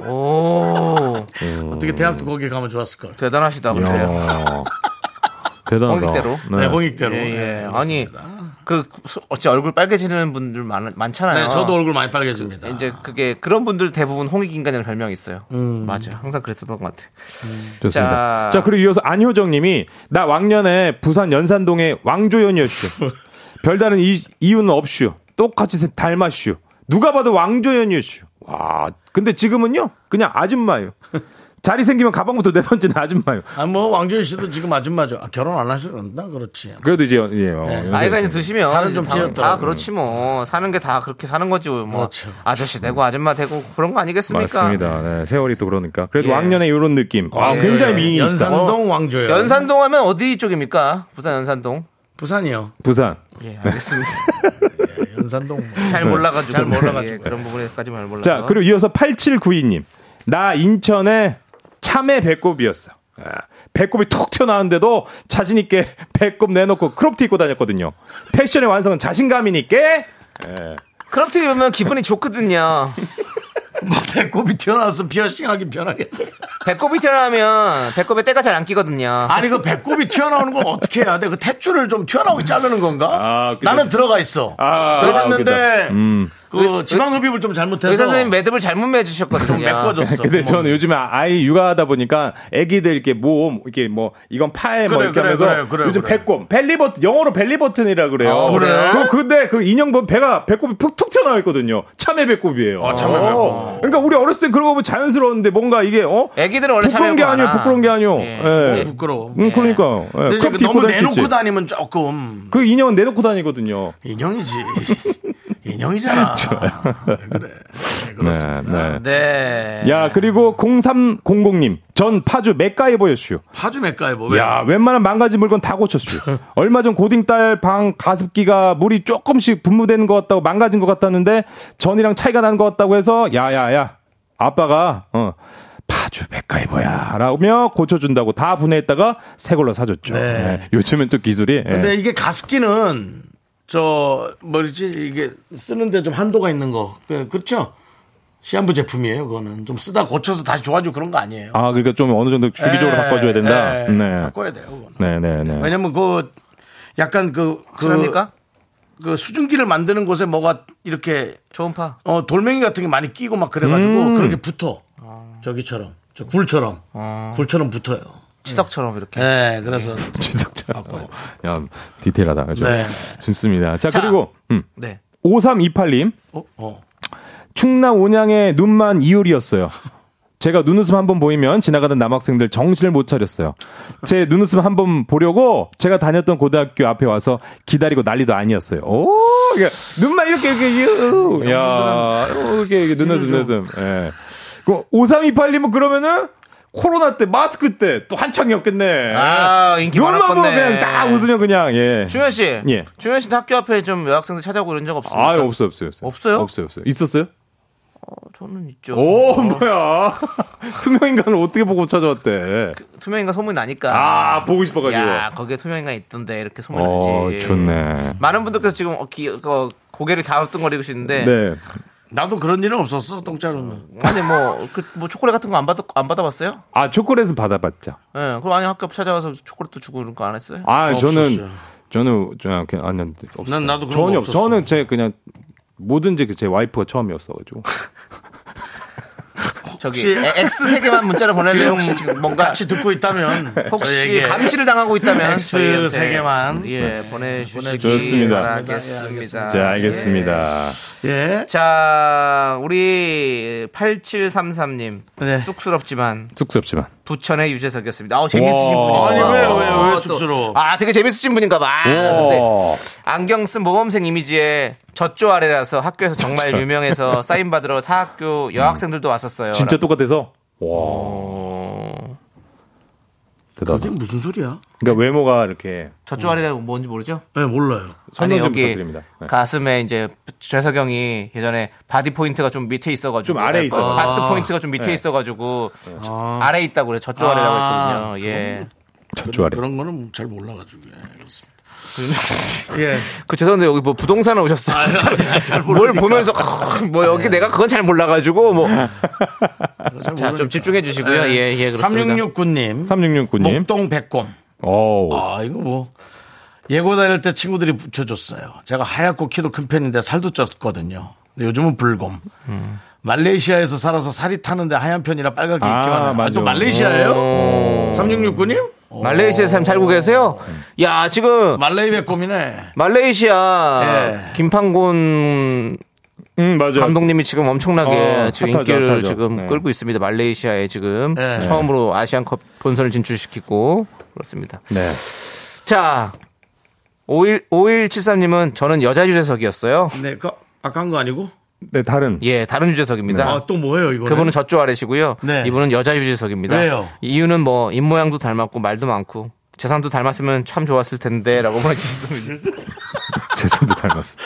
S1: 음.
S2: 오
S1: 어떻게 대학도 거기 가면 좋았을 걸.
S2: 대단하시다 그래요.
S8: 어. 대단하다.
S2: 홍익대로.
S1: 네, 홍익대로.
S2: 예, 예.
S1: 네,
S2: 아니 그 수- 어째 얼굴 빨개지는 분들 많, 많잖아요. 예.
S1: 네, 저도 얼굴 많이 빨개집니다.
S2: 이제 그게 그런 분들 대부분 홍익인간이라는 별명이 있어요.
S1: 음.
S2: 맞아. 항상 그랬었던 것 같아.
S8: 좋습니다.
S2: 자.
S8: 자, 그리고 이어서 안효정 님이 나 왕년에 부산 연산동의 왕조연이었슈. 별다른 이, 이유는 없슈. 똑같이 생- 닮았슈. 누가 봐도 왕조연이었슈. 와, 근데 지금은요? 그냥 아줌마요. 자리 생기면 가방부터 내던지는 아줌마요.
S1: 아, 뭐 왕조희 씨도 지금 아줌마죠. 아, 결혼 안 하셨나? 그렇지.
S8: 그래도 이제 예, 어, 연세-
S2: 네, 나이가 이제 드시면
S1: 살은 좀
S2: 다,
S1: 찌었더라고요.
S2: 다 그렇지 뭐 사는 게 다 그렇게 사는 거지 뭐
S1: 그렇죠.
S2: 아저씨 되고 아줌마 되고 그런 거 아니겠습니까?
S8: 맞습니다. 네, 세월이 또 그러니까. 그래도
S2: 예.
S8: 왕년에 이런 느낌. 아,
S1: 예,
S8: 굉장히
S1: 예.
S8: 미인이시다. 어,
S1: 연산동 왕조요.
S2: 연산동 하면 어디 쪽입니까? 부산 연산동.
S1: 부산이요.
S8: 부산.
S2: 예, 알겠습니다.
S1: 네, 연산동.
S2: 잘 몰라가지고
S1: 잘 몰라가지고.
S2: 예, 그런 부분에까지 잘 몰라서.
S8: 자, 그리고 이어서 8792님. 나 인천에 참외 배꼽이었어. 아, 배꼽이 툭 튀어나왔는데도 자신있게 배꼽 내놓고 크롭티 입고 다녔거든요. 패션의 완성은 자신감이니까.
S2: 크롭티 입으면 기분이 좋거든요.
S1: 뭐 배꼽이 튀어나왔으면 피어싱 하기 편하게.
S2: 배꼽이 튀어나오면 배꼽에 때가 잘 안 끼거든요.
S1: 아니 그 배꼽이 튀어나오는 건 어떻게 해야 돼? 그 탯줄을 좀 튀어나오게 자르는 건가?
S8: 아, 그죠.
S1: 나는 들어가 있어.
S8: 아,
S1: 들어갔는데
S8: 음.
S1: 그 지방 흡입을 좀 잘못해서
S2: 의사 선생님 매듭을 잘못 매주셨거든요.
S1: 좀 메꿔줬어.
S8: 근데
S1: 구멍이.
S8: 저는 요즘에 아이 육아하다 보니까 애기들 이렇게 몸, 이렇게 뭐, 이건 팔, 뭐
S1: 그래,
S8: 이렇게
S1: 그래,
S8: 하면서
S1: 그래, 그래,
S8: 요즘
S1: 그래.
S8: 배꼽, 벨리버튼, 영어로 벨리버튼이라 그래요.
S2: 아, 그래요?
S8: 그- 근데 그 인형 보면 배가, 배꼽이 푹 툭 튀어나와 있거든요. 참외 배꼽이에요.
S1: 아, 참외
S8: 어. 그러니까 우리 어렸을 때 그런 거 보면 자연스러웠는데 뭔가 이게, 어?
S2: 애기들은 원래
S8: 부끄러운 게
S2: 참여가
S8: 아니에요,
S2: 많아.
S8: 부끄러운 게 아니에요.
S2: 예.
S8: 예.
S2: 예.
S1: 부끄러워.
S8: 음, 그러니까요. 예,
S1: 근데 이제
S8: 크롭티
S1: 너무
S8: 입고 다닐 수
S1: 내놓고
S8: 있지.
S1: 다니면 조금
S8: 그 인형은 내놓고 다니거든요.
S1: 인형이지. 인형이잖아. 왜 그래. 네, 그렇습니다.
S8: 네.
S2: 네.
S8: 야, 그리고 0300님. 전 파주 맥가이버였슈.
S1: 파주 맥가이버 왜?
S8: 야, 웬만한 망가진 물건 다 고쳤슈. 얼마 전 고딩 딸 방 가습기가 물이 조금씩 분무되는 것 같다고 망가진 것 같다는데 전이랑 차이가 나는 것 같다고 해서 야야야 아빠가 어 파주 백가이버야 라며 고쳐준다고 다 분해했다가 새 걸로 사줬죠.
S1: 네.
S8: 예, 요즘엔 또 기술이 예.
S1: 근데 이게 가습기는 저 뭐지 이게 쓰는데 좀 한도가 있는 거 그- 그렇죠? 시한부 제품이에요. 그거는 좀 쓰다 고쳐서 다시 좋아지고 그런 거 아니에요.
S8: 아 그러니까 좀 어느 정도 주기적으로
S1: 예,
S8: 바꿔줘야 된다.
S1: 예,
S8: 네.
S1: 바꿔야 돼요. 그거는.
S8: 네, 네, 네.
S1: 왜냐면 그 약간 그, 그,
S2: 그러니까
S1: 그 수증기를 만드는 곳에 뭐가 이렇게
S2: 초음파.
S1: 어, 돌멩이 같은 게 많이 끼고 막 그래가지고
S2: 음.
S1: 그렇게 붙어.
S2: 아.
S1: 저기처럼. 저 굴처럼. 굴처럼 붙어요.
S2: 지석처럼 이렇게.
S1: 네, 그래서
S8: 진석자. 야, 디테일하다. 그죠?
S1: 네.
S8: 좋습니다. 자,
S2: 자.
S8: 그리고 음.
S2: 네.
S8: 5328님.
S1: 어, 어.
S8: 충남 온양의 눈만 이효리였어요. 제가 눈웃음 한 번 보이면 지나가던 남학생들 정신을 못 차렸어요. 제 눈웃음 한 번 보려고 제가 다녔던 고등학교 앞에 와서 기다리고 난리도 아니었어요. 오, 이게 눈만 이렇게 이렇게 이렇게, 야, 이렇게, 이렇게 눈웃음 눈웃음. 예. 그 5328님은 그러면은 코로나 때 마스크 때 또 한창이었겠네.
S2: 아, 인기
S8: 눈만 보면
S2: 많았겠네.
S8: 그냥 딱 웃으면 그냥 예.
S2: 중현 씨.
S8: 예.
S2: 중현 씨는 학교 앞에 좀 여학생들 찾아오고 이런 적 없습니까?
S8: 아유 없어요 없어요
S2: 없어요?
S8: 없어요 없어요. 있었어요?
S2: 저는 있죠.
S1: 어.
S8: 오, 뭐야. 투명인간을 어떻게 보고 찾아왔대.
S1: 그
S2: 투명인간 소문이 나니까.
S8: 아, 보고 싶어가지고.
S2: 야, 거기에 투명인간 있던데 이렇게 소문이
S8: 어,
S2: 나지.
S8: 좋네.
S2: 많은 분들께서 지금 어, 기, 어, 고개를 갸우뚱거리고 계시는데
S8: 네.
S1: 나도 그런 일은 없었어, 똥자루는.
S2: 아니 뭐그뭐 초콜릿 같은 거 안 받아 안 받아봤어요?
S8: 아, 초콜릿은 받아봤죠.
S2: 예. 그럼 아니 학교 앞 찾아와서 초콜릿도 주고 이런 거 안 했어요?
S8: 아,
S1: 없었어요.
S8: 저는, 저는, 저는, 그냥, 아니, 없어요.
S1: 난 나도 그런
S8: 전혀
S1: 거
S8: 없-
S1: 없었어.
S8: 저는 제 그냥, 뭐든지 그제 와이프가 처음이었어가지고.
S1: 아,
S2: 저기 에- X 세 개만 문자로 보내면 혹시 지금 뭔가
S1: 같이 듣고 있다면
S2: 혹시
S1: 저에게
S2: 감시를 당하고 있다면
S1: X
S2: 저희한테
S1: 세 개만.
S2: 예 보내주시기
S8: 네. 좋습니다.
S2: 바라겠습니다.
S8: 자, 알겠습니다.
S1: 예.
S2: 자, 우리 8733님.
S1: 네.
S2: 쑥스럽지만
S8: 쑥스럽지만.
S2: 부천의 유재석이었습니다. 아우, 재밌으신
S8: 와.
S2: 분이에요.
S8: 아니,
S1: 왜, 왜, 왜
S2: 어, 또.
S1: 쑥스러워?
S2: 아, 되게 재밌으신 분인가 봐. 아, 근데
S8: 오.
S2: 안경 쓴 모범생 이미지에 젖조 아래라서 학교에서 정말 유명해서 사인 받으러 타 학교 여학생들도 왔었어요.
S8: 진짜 똑같아서. 와.
S2: 어,
S8: 대답.
S1: 이게 무슨 소리야?
S8: 그러니까 외모가 이렇게
S2: 저쪽 아래가 뭔지 모르죠?
S1: 네, 몰라요.
S8: 음. 설명 좀 부탁드립니다. 네.
S2: 가슴에 이제 최석영이 예전에 바디 포인트가 좀 밑에 있어가지고
S8: 좀 아래에 네. 있어요.
S2: 아, 바스트 포인트가 좀 밑에 있어가지고 저- 아래에 있다고 그래 저쪽 아래라고 했거든요. 예.
S8: 저쪽 아래.
S1: 그런 거는 잘 몰라가지고. 예, 그렇습니다. 예.
S2: 그 죄송한데 여기 뭐 부동산에 오셨어요? 뭘 보면서 뭐 여기 내가 그건 잘 몰라가지고 뭐.
S8: 네.
S2: 뭐자좀 집중해 주시고요. 아,
S1: 네.
S2: 예예 그렇습니다.
S1: 3669님.
S8: 3669님.
S1: 목동 백곰.
S8: 오.
S1: 아, 이거 뭐. 예고 다닐 때 친구들이 붙여줬어요. 제가 하얗고 키도 큰 편인데 살도 쪘거든요. 근데 요즘은 불곰. 말레이시아에서 살아서 살이 타는데 하얀 편이라 빨갛게
S8: 아,
S1: 입기만 해요. 아,
S8: 맞아.
S1: 또 말레이시아예요? 3669님?
S2: 말레이시아 사람 살고 계세요? 야 지금
S1: 말레이 백곰이네.
S2: 말레이시아
S1: 예.
S2: 김판곤
S8: 음, 맞아요.
S2: 감독님이 지금 엄청나게
S8: 어,
S2: 지금
S8: 핫하죠,
S2: 인기를
S8: 핫하죠.
S2: 지금
S8: 네.
S2: 끌고 있습니다. 말레이시아에 지금
S1: 네.
S2: 처음으로 아시안컵 본선을 진출시키고 그렇습니다.
S8: 네.
S2: 자, 51, 5173님은 저는 여자 유재석이었어요.
S1: 네, 그, 아까 한 거 아니고?
S8: 네, 다른.
S2: 예, 다른 유재석입니다.
S8: 네.
S1: 아, 또 뭐예요, 이거?
S2: 그분은 저쪽 아래시고요.
S1: 네.
S2: 이분은 여자 유재석입니다.
S1: 왜요?
S2: 이유는 뭐 입모양도 닮았고 말도 많고 재산도 닮았으면 참 좋았을 텐데라고 보내주셨습니다.
S8: 죄송도 닮았어.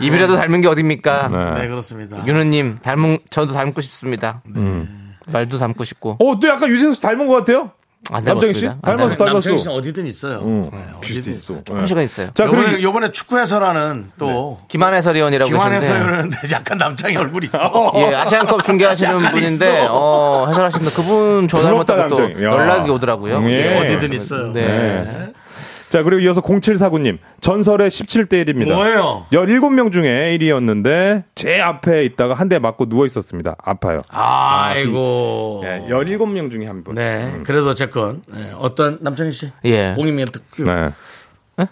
S2: 입이라도 닮은 게 어딥니까?
S8: 네.
S1: 네, 그렇습니다.
S2: 윤우님 닮은 저도 닮고 싶습니다.
S8: 음.
S2: 말도 닮고 싶고
S8: 어, 또 약간 유재석 씨 닮은 것 같아요?
S2: 안
S8: 남정희 씨?
S2: 닮았습니다. 네. 안
S8: 닮았어,
S2: 닮았어요.
S8: 닮았어.
S1: 남창희 씨는 어디든 있어요. 네,
S8: 응.
S1: 어디든 있어요.
S2: 조금 시간 음, 있어요.
S8: 자,
S1: 요번에,
S8: 그럼
S1: 요번에 축구 해설하는 또
S2: 김한 해설위원이라고 네. 계신데
S1: 기관에서는 약간 남창희 얼굴이 있어.
S2: 예, 아시안컵 중계하시는
S1: 약간
S2: 분인데
S1: 있어.
S2: 어, 해설하시는데 그분 저
S8: 부럽다,
S2: 닮았다고 또
S8: 남정희. 야.
S2: 연락이 오더라고요.
S8: 음, 예.
S1: 어디든 있어요.
S2: 네.
S8: 자, 그리고 이어서 0749님. 전설의 17대 1입니다.
S1: 뭐예요?
S8: 17명 중에 1위였는데 제 앞에 있다가 한 대 맞고 누워 있었습니다. 아파요.
S1: 아이고.
S8: 네, 17명 중에 한 분.
S1: 어. 네. 그래도 제건 네. 어떤 남창희 씨,
S2: 예.
S1: 옹임의 특유.
S8: 네.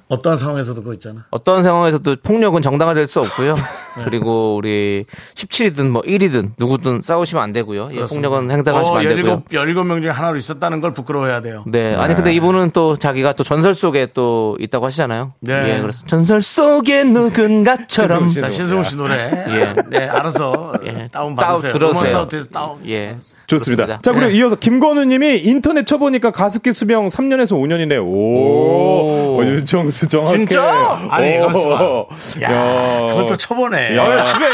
S1: 어떠한 상황에서도 그거 있잖아.
S2: 어떤 상황에서도 폭력은 정당화될 수 없고요. 네. 그리고 우리 17이든 뭐 1이든 누구든 싸우시면 안 되고요. 예, 폭력은
S1: 어,
S2: 행당하시면 안 되고요.
S1: 17, 17명 중에 하나로 있었다는 걸 부끄러워해야 돼요.
S2: 네. 아니 근데 이분은 또 자기가 또 전설 속에 또 있다고 하시잖아요.
S1: 네.
S2: 예, 그래서 전설 속에 누군가처럼
S1: 자, 신승훈 씨 노래.
S2: 예.
S1: 네, 알아서
S2: 예.
S1: 다운 받으세요.
S2: 다운 들으세요.
S1: 음원 사우트에서 다운.
S2: 예.
S8: 좋습니다.
S2: 그렇습니다.
S8: 자, 그리고 이어서 김건우 님이 인터넷 쳐보니까 가습기 수명 3년에서 5년이네요. 오.
S2: 오.
S8: 어, 윤정수 정확해.
S2: 진짜?
S1: 아니,
S8: 오.
S1: 이거
S2: 예.
S1: 야, 그걸 또 쳐보네.
S8: 야.
S2: 아, 집에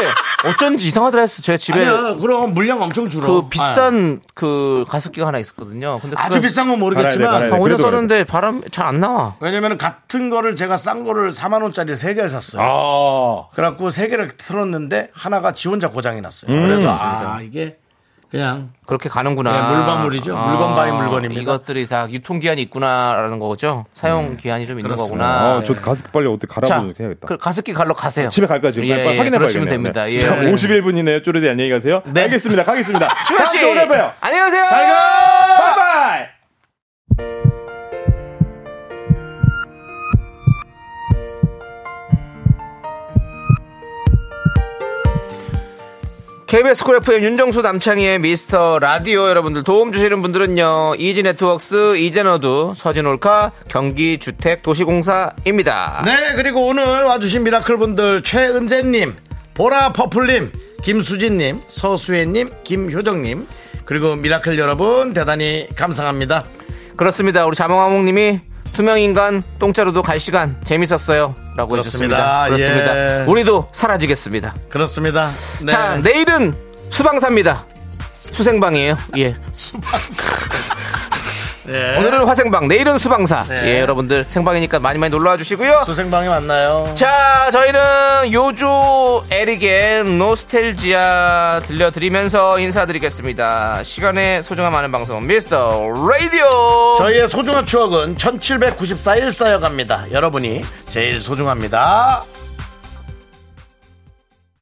S2: 어쩐지 이상하더라 했어. 제 집에
S1: 아니야, 그럼 물량 엄청 줄어.
S2: 그 비싼 그 가습기가 하나 있었거든요. 근데
S1: 아, 아주 비싼 건
S8: 알아야 돼,
S1: 모르겠지만
S8: 알아야 돼.
S2: 오년
S8: 그래도
S2: 썼는데 바람 잘 안 나와.
S1: 왜냐면 같은 거를 제가 싼 거를 4만 원짜리 세 개를 샀어요.
S8: 아.
S1: 그래갖고 세 개를 틀었는데 하나가 지 혼자 고장이 났어요. 그래서 아 이게 그냥
S2: 그렇게 가는구나. 아,
S1: 네, 물방울이죠. 물건 바이 물건입니다.
S2: 이것들이 다 유통 기한이 있구나라는 거죠. 사용 기한이 좀 있는 거구나.
S8: 아, 저 가습기 빨리 어떻게
S2: 자,
S8: 갈아보도록 해야겠다.
S2: 그 가습기 갈러 가세요.
S8: 집에 갈까 지금
S2: 예,
S8: 빨리
S2: 예,
S8: 확인해
S2: 그러시면
S8: 봐야겠네요.
S2: 됩니다. 예.
S8: 자, 51분이네요. 쪼르디 안녕히 가세요.
S2: 네.
S8: 알겠습니다. 가겠습니다.
S2: 주현
S8: 다음
S2: 씨, 네.
S8: 주에 오늘 봬요.
S2: 안녕히 가세요.
S8: 바이바이.
S2: KBS 쿨 FM 윤정수 남창희의 미스터 라디오 여러분들 도움 주시는 분들은요. 이지 네트웍스, 이젠어두, 서진올카, 경기주택도시공사입니다.
S1: 네 그리고 오늘 와주신 미라클 분들 최은재님, 보라 퍼플님, 김수진님, 서수혜님, 김효정님 그리고 미라클 여러분 대단히 감사합니다.
S2: 그렇습니다. 우리 자몽아몽님이 투명인간 똥자루도 갈 시간 재밌었어요. 라고
S1: 그렇습니다.
S2: 해주셨습니다. 그렇습니다.
S1: 예.
S2: 우리도 사라지겠습니다.
S1: 그렇습니다. 네.
S2: 자, 내일은 수방사입니다. 수생방이에요. 예.
S1: 네.
S2: 오늘은 화생방, 내일은 수방사.
S1: 네.
S2: 예, 여러분들 생방이니까 많이 많이 놀러와 주시고요.
S1: 소생방에 만나요.
S2: 자, 저희는 요조 에릭의 노스텔지아 들려드리면서 인사드리겠습니다. 시간의 소중함 아는 방송 미스터 라디오.
S1: 저희의 소중한 추억은 1794일 쌓여갑니다. 여러분이 제일 소중합니다.